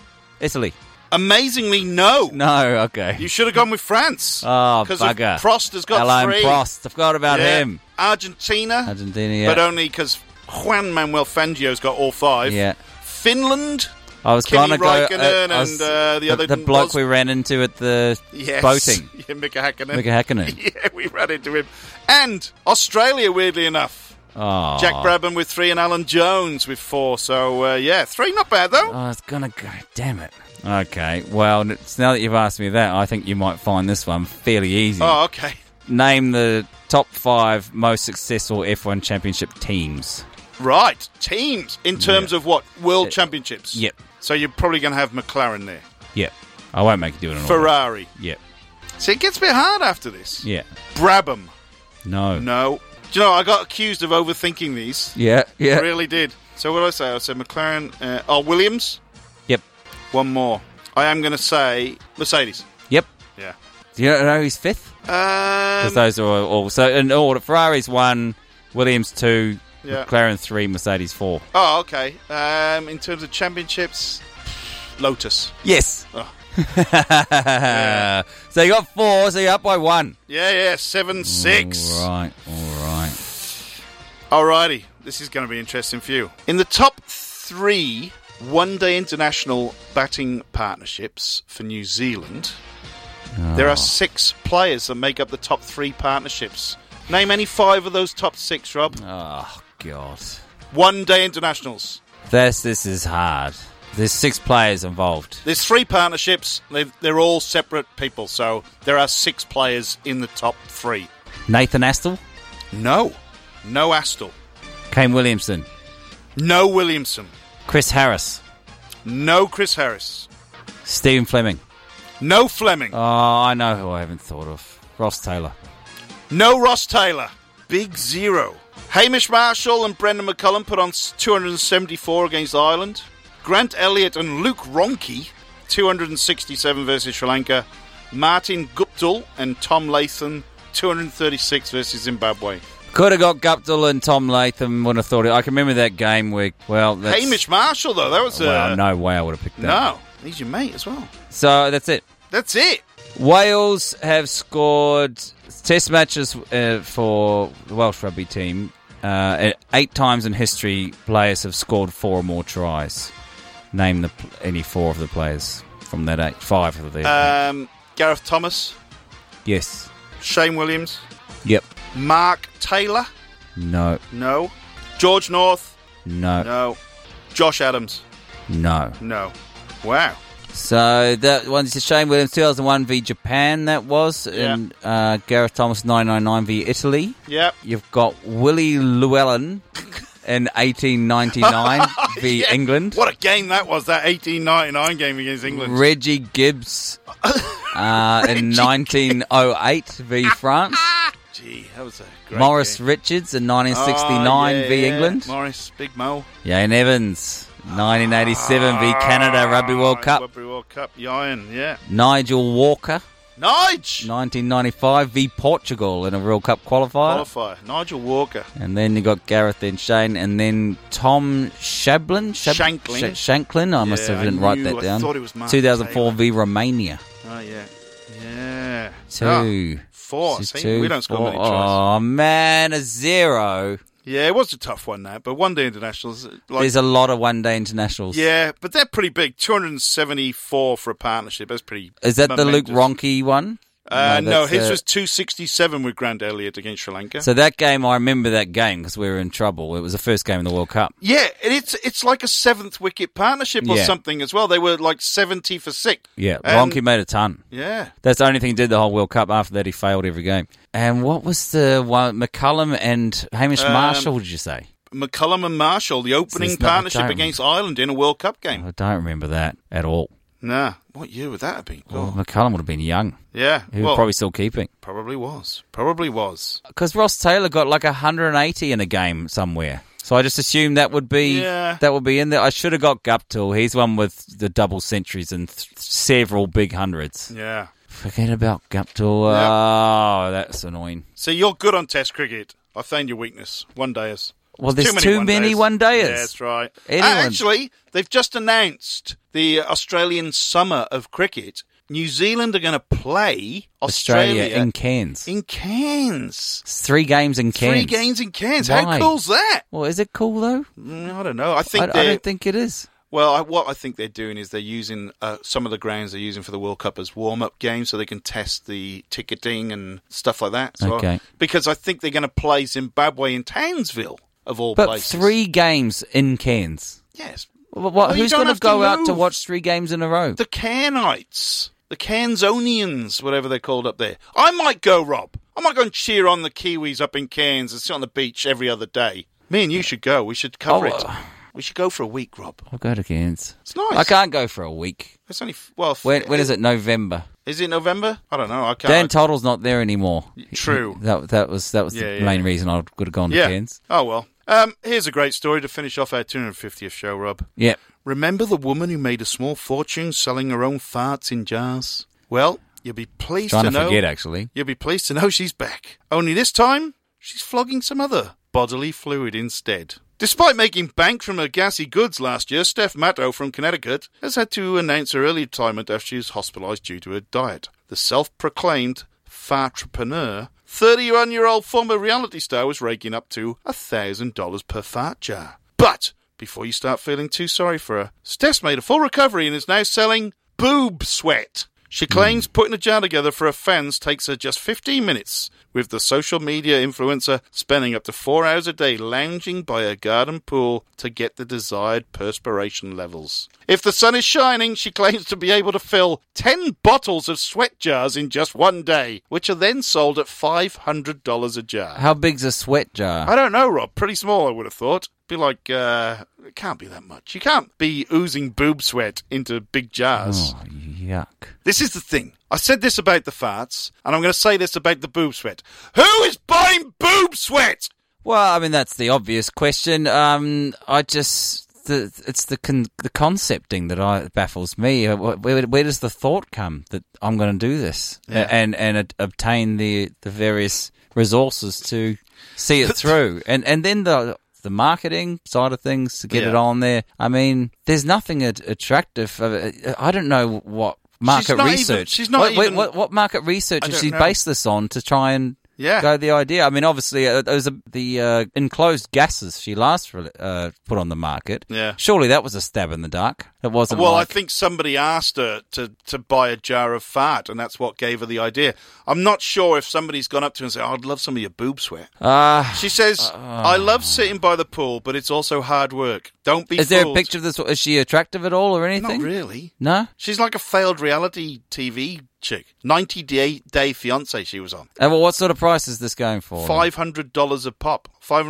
Italy.
Amazingly, no.
No. Okay.
You should have gone with France.
Oh,
Because
bugger.
Prost has got
Alain
three.
Prost. I forgot about
Yeah.
him.
Argentina,
Argentina. Yeah.
but um, only because Juan Manuel Fangio's got all five.
Yeah.
Finland.
I was
Kimi
trying to go. uh,
Räikkönen
I was-
and, uh, the other
the
was-
bloke we ran into at the
Yes. [LAUGHS]
boating.
Yeah, Mika Hakkinen.
Mika Hakkinen.
[LAUGHS] yeah, we ran into him. And Australia, weirdly enough.
Oh.
Jack Brabham with three and Alan Jones with four. So, uh, yeah, three, not bad though.
I was going to go, damn it. Okay. Well, n- so now that you've asked me that, I think you might find this one fairly easy.
Oh, okay.
Name the top five most successful F1 Championship teams.
Right. Teams in terms of what? World Championships.
yep.
So you're probably going to have McLaren there.
Yep. I won't make you do it. in order.
Ferrari.
Yep.
See, it gets a bit hard after this.
Yeah.
Brabham.
No.
No. Do you know, I got accused of overthinking these.
Yeah, yeah.
Really did. So what did I say? I said McLaren. Uh, oh, Williams.
Yep.
One more. I am going to say Mercedes.
Yep.
Yeah.
Do you know who's fifth?
Um,
Because those are all. So in order, Ferrari's one, Williams two,
Yeah.
McLaren three, Mercedes four.
Oh, okay. Um, in terms of championships, Lotus.
[LAUGHS] Yes.
Oh.
so you got four, so you're up by one.
Yeah, yeah. Seven, six.
All right, all right.
Alrighty, this is going to be interesting for you. In the top three one day international batting partnerships for New Zealand, there
Oh.
are six players that make up the top three partnerships. Name any five of those top six, Rob.
Oh, God.
One day internationals.
This this is hard. There's six players involved.
There's three partnerships, They've, they're all separate people, so there are six players in the top three.
Nathan Astle,
No. No Astle.
Kane Williamson,
No Williamson.
Chris Harris,
No Chris Harris.
Stephen Fleming.
No Fleming.
Oh, I know who I haven't thought of. Ross Taylor.
No Ross Taylor. Big zero. Hamish Marshall and Brendan McCullum put on 274 against Ireland. Grant Elliott and Luke Ronke, 267 versus Sri Lanka. Martin Guptill and Tom Latham, 236 versus Zimbabwe.
Could have got Guptill and Tom Latham. Wouldn't have thought it. I can remember that game where, well, that's,
Hamish Marshall, though, that was a.
well, no way I would have picked that.
uh, no, he's your mate as well.
So that's it.
That's it.
Wales have scored test matches uh, for the Welsh rugby team. Uh, eight times in history, players have scored four or more tries. Name the any four of the players from that eight. Five of the
Um, Gareth Thomas,
yes.
Shane Williams,
Yep.
Mark Taylor,
No.
no. George North,
No. No.
no. Josh Adams, no. Wow.
So that one's a Shane Williams, 2001 v Japan. That was and uh, Gareth Thomas, 999 v Italy.
Yep.
You've got Willie Llewellyn in
[LAUGHS]
1899 v
Yeah.
England.
What a game that was, that 1899 game against England.
Reggie
[LAUGHS]
Gibbs uh, in 1908 v France.
Gee, that was a great
Morris
game.
Richards in 1969
Oh, yeah,
v
yeah.
England.
Morris, Big Mo.
Yane Evans, 1987 v Canada Rugby
Ah,
World Cup.
Rugby World Cup, Yian, yeah.
Nigel Walker,
Nige!
1995 v Portugal in a World Cup qualifier.
Qualifier. Nigel Walker.
And then you got Gareth, then Shane, and then Tom Shablin. Shab-
Shanklin.
Sh- Shanklin. I must
Yeah,
have
I
didn't write
knew-
that
I
down.
thought it was Mark
2004 v Romania.
Oh, yeah. Yeah.
Two.
Ah, four.
So
See,
two,
we don't score
four.
many tries.
Oh, man, a zero.
Yeah, it was a tough one, that. But one day internationals. Like,
There's a lot of one day internationals.
yeah, but they're pretty big. 274 for a partnership. That's pretty.
Is that the Luke
momentous.
Ronke one?
Uh,
No,
no,
that's,
his
uh,
was 267 with Grant Elliott against Sri Lanka.
So that game, I remember that game because we were in trouble. It was the first game in the World Cup.
yeah, and it's it's like a seventh wicket partnership or
Yeah.
something as well. They were like 70 for six.
Yeah,
And-
Ronke made a ton.
Yeah.
That's the only thing he did the whole World Cup. After that, he failed every game. And what was the one? McCullum and Hamish
Um,
Marshall, did you say?
McCullum and Marshall, the opening
It's not- Uh-huh.
partnership
don't-
against Ireland in a World Cup game.
I don't remember that at all.
Nah, what year would that have been?
Well,
God,
McCullum would have been young.
Yeah,
He was
Oh. well-
probably still keeping.
Probably was. Probably was.
Because Ross Taylor got like 180 in a game somewhere. So I just assumed that would be
Yeah.
that would be in there. I should have got Guptill. He's one with the double centuries and th- several big hundreds.
Yeah.
Forget about Guptill. Oh, that's annoying.
So you're good on Test cricket. I found your weakness. One dayers.
Well, there's too many one-dayers.
Yeah, that's right.
Anyone-
Uh, actually, they've just announced the Australian summer of cricket. New Zealand are going to play Australia,
Australia, in Cairns.
in Cairns.
It's three games in Cairns.
Three games in Cairns.
Why?
How cool's that?
Well, is it cool though?
Mm, I don't know. I think
I,
they're.
don't think it is.
Well, I, what I think they're doing is they're using uh, some of the grounds they're using for the World Cup as warm-up games, so they can test the ticketing and stuff like that. So
Okay.
because I think they're going to play Zimbabwe in Townsville of all
But
places.
three games in Cairns.
Yes.
What,
Well, you
who's
don't
going
have
to go out to
move.
watch three games in a row?
the Cairnites, the Cairnsonians, whatever they're called up there? I might go, Rob. I might go and cheer on the Kiwis up in Cairns and sit on the beach every other day. Me and you should go. We should cover
Oh,
it.
uh,
We should go for a week, Rob.
I'll go to Cairns.
It's nice.
I can't go for a week.
It's only f- well. f-
When, when is it? November.
Is it November? I don't know. I can't.
Dan Toddle's not there anymore.
True.
[LAUGHS] That that was that was
Yeah,
the
yeah,
main
yeah.
reason I would have gone
Yeah.
to Cairns.
Oh well. Um, here's a great story to finish off our 250th show, Rob.
Yeah.
Remember the woman who made a small fortune selling her own farts in jars? Well, you'll be pleased
Trying to,
know.
forget actually.
You'll be pleased to know she's back. Only this time, she's flogging some other bodily fluid instead. Despite making bank from her gassy goods last year, Steph Matto from Connecticut has had to announce her early retirement after she was hospitalized due to her diet. The self proclaimed fartrepreneur, 31 year old former reality star, was raking up to $1,000 per fart jar. But before you start feeling too sorry for her, Steph's made a full recovery and is now selling boob sweat. She claims
Hmm.
putting a jar together for her fans takes her just 15 minutes, with the social media influencer spending up to four hours a day lounging by her garden pool to get the desired perspiration levels. If the sun is shining, she claims to be able to fill 10 bottles of sweat jars in just one day, which are then sold at $500 a jar.
How big's a sweat jar?
I don't know, Rob. Pretty small, I would have thought. Be like, uh, it can't be that much. You can't be oozing boob sweat into big jars.
Oh, yuck.
This is the thing. I said this about the farts, and I'm going to say this about the boob sweat. Who is buying boob sweat?
Well, I mean that's the obvious question. Um, I just the it's the con- the concepting that I baffles me. Uh, wh- Where, where does the thought come that I'm going to do this
Yeah.
A- and and ob- obtain the the various resources to see
[LAUGHS]
it through, and and then the the marketing side of things to get it
Yeah.
on there. I mean, there's nothing at- attractive. of it. I don't know what market
not even-
research.
she's not
what,
even-
what, what market research
I
has
don't
she
know.
based this on to try and
Yeah.
go the idea. I mean, obviously, uh, those are the uh, enclosed gases she last re- uh, put on the market.
Yeah.
Surely that was a stab in the dark. It wasn't.
Well,
like,
I think somebody asked her to, to buy a jar of fart, and that's what gave her the idea. I'm not sure if somebody's gone up to her and said, oh, I'd love some of your boob sweat.
Ah.
she says, I love sitting by the pool, but it's also hard work. Don't be
Is there a
fooled."
picture of this? Is she attractive at all or anything?
Not really.
No.
She's like a failed reality TV chick. 90 Day, day Fiance she was on.
Uh, well, what sort of price is this going for?
$500 a pop.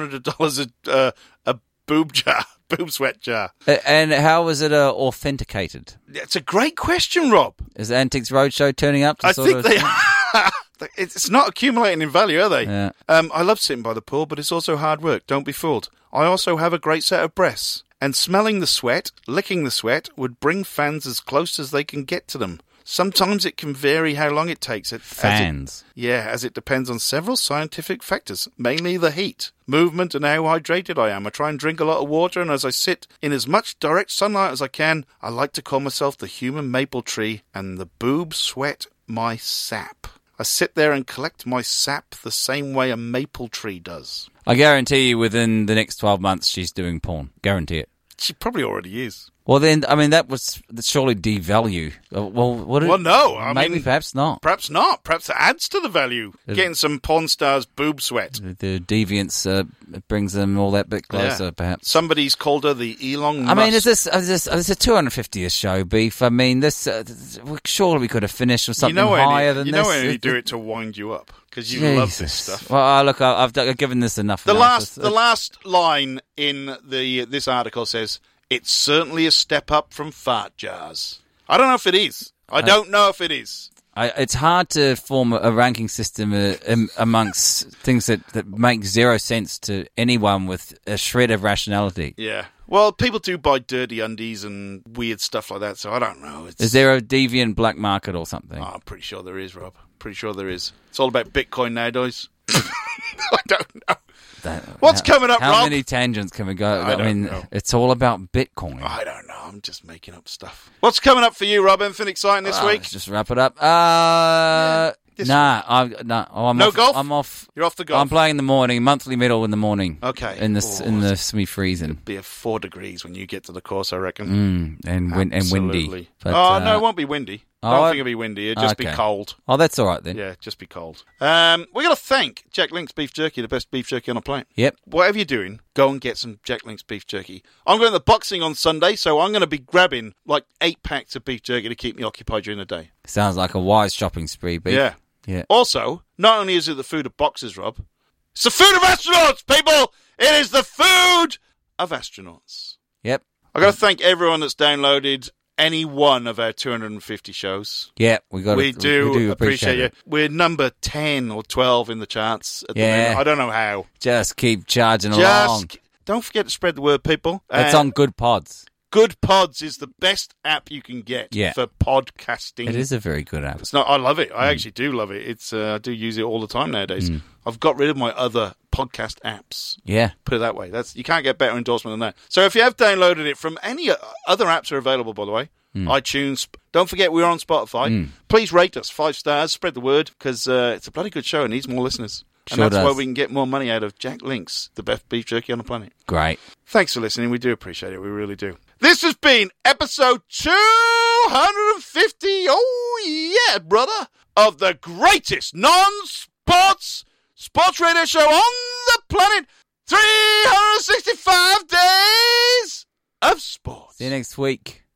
$500 a, uh, a boob jar, [LAUGHS] boob sweat jar.
A- And how is it uh, authenticated?
It's a great question, Rob.
Is Antiques Roadshow turning up? To
I
sort
think
of, [LAUGHS]
they are. [LAUGHS] it's not accumulating in value, are they?
Yeah.
Um, I love sitting by the pool, but it's also hard work. Don't be fooled. I also have a great set of breasts. And smelling the sweat, licking the sweat, would bring fans as close as they can get to them. Sometimes it can vary how long it takes. It, as it-
Fans.
yeah, as it depends on several scientific factors, mainly the heat, movement, and how hydrated I am. I try and drink a lot of water, and as I sit in as much direct sunlight as I can, I like to call myself the human maple tree, and the boob sweat my sap. I sit there and collect my sap the same way a maple tree does.
I guarantee you, within the next twelve months, she's doing porn. Guarantee it.
She probably already is.
Well, then, I mean, that was surely devalue. Uh, Well, what?
Well, no, I
maybe
mean-
perhaps not.
Perhaps not. Perhaps it adds to the value.
It-
Getting some porn stars boob sweat.
The, the deviance uh, brings them all that bit closer,
Yeah.
perhaps.
Somebody's called her the Elon.
I mean,
Musk.
is this is this is this a 250th show beef? I mean, this uh, th- we- surely we could have finished with something
you know I only-
higher than
you
this.
know I only do it to wind you up because you love this
Jesus.
stuff.
Well, I- look, I- I've, d- I've given this enough.
The
analysis.
last, the last line in the this article says it's certainly a step up from fart jars. I don't know if it is. I
Uh,
don't know if it is.
I, it's hard to form a ranking system uh, am- amongst things that, that make zero sense to anyone with a shred of rationality.
Yeah. Well, people do buy dirty undies and weird stuff like that, so I don't know. It's,
Is there a deviant black market or something?
I'm pretty sure there is, Rob. Pretty sure there is. It's all about Bitcoin nowadays. [LAUGHS] I don't know. What's
How-
coming up,
How
Rob?
many tangents can we go?
I
I,
don't
mean,
know.
it's all about Bitcoin.
I don't know. I'm just making up stuff. What's coming up for you, Rob? Anything exciting this
Ah,
week?
Let's just wrap it up. Uh, nah, I, nah. Oh, I'm
No
off,
golf?
I'm off.
You're off the golf.
I'm playing in the morning. Monthly medal in the morning.
Okay.
In this,
Oh,
in the semi freezing.
be a four degrees when you get to the course, I reckon.
Mm, and win- and windy.
Absolutely.
But,
oh
uh,
no, it won't be windy. I
oh,
don't
it-
think it'll be windy. It'll just be
okay.
cold.
Oh, that's all right then.
Yeah, just be cold. Um, we got to thank Jack Link's beef jerky, the best beef jerky on the planet.
Yep.
Whatever you're doing, go and get some Jack Link's beef jerky. I'm going to the boxing on Sunday, so I'm going to be grabbing like eight packs of beef jerky to keep me occupied during the day.
Sounds like a wise shopping spree, beef.
Yeah.
Yeah.
Also, not only is it the food of boxers, Rob, it's the food of astronauts, people. It is the food of astronauts.
Yep.
I got to thank everyone that's downloaded any one of our 250 shows.
Yeah, we got.
we,
it.
do
we do
appreciate,
appreciate
you.
it.
We're number 10 or 12 in the charts at
Yeah.
the moment. I don't know how.
Just keep charging along.
Just don't forget to spread the word, people. And
It's on good pods.
Good Pods is the best app you can get
Yeah.
for podcasting.
It is a very good app.
It's not. I love it. I actually do love it. It's. Uh, I do use it all the time nowadays.
Mm.
I've got rid of my other podcast apps.
Yeah.
Put it that way. That's you can't get better endorsement than that. So if you have downloaded it from any o- other apps are available, by the way,
Hmm.
iTunes. Don't forget we're on Spotify.
Mm.
Please rate us five stars. Spread the word because uh, it's a bloody good show and needs more listeners. and
Sure
that's
does.
why we can get more money out of Jack Links, the best beef jerky on the planet.
Great.
Thanks for listening. We do appreciate it. We really do. This has been episode 250. Oh, yeah, brother. Of the greatest non sports sports radio show on the planet. 365 days of sport.
See you next week.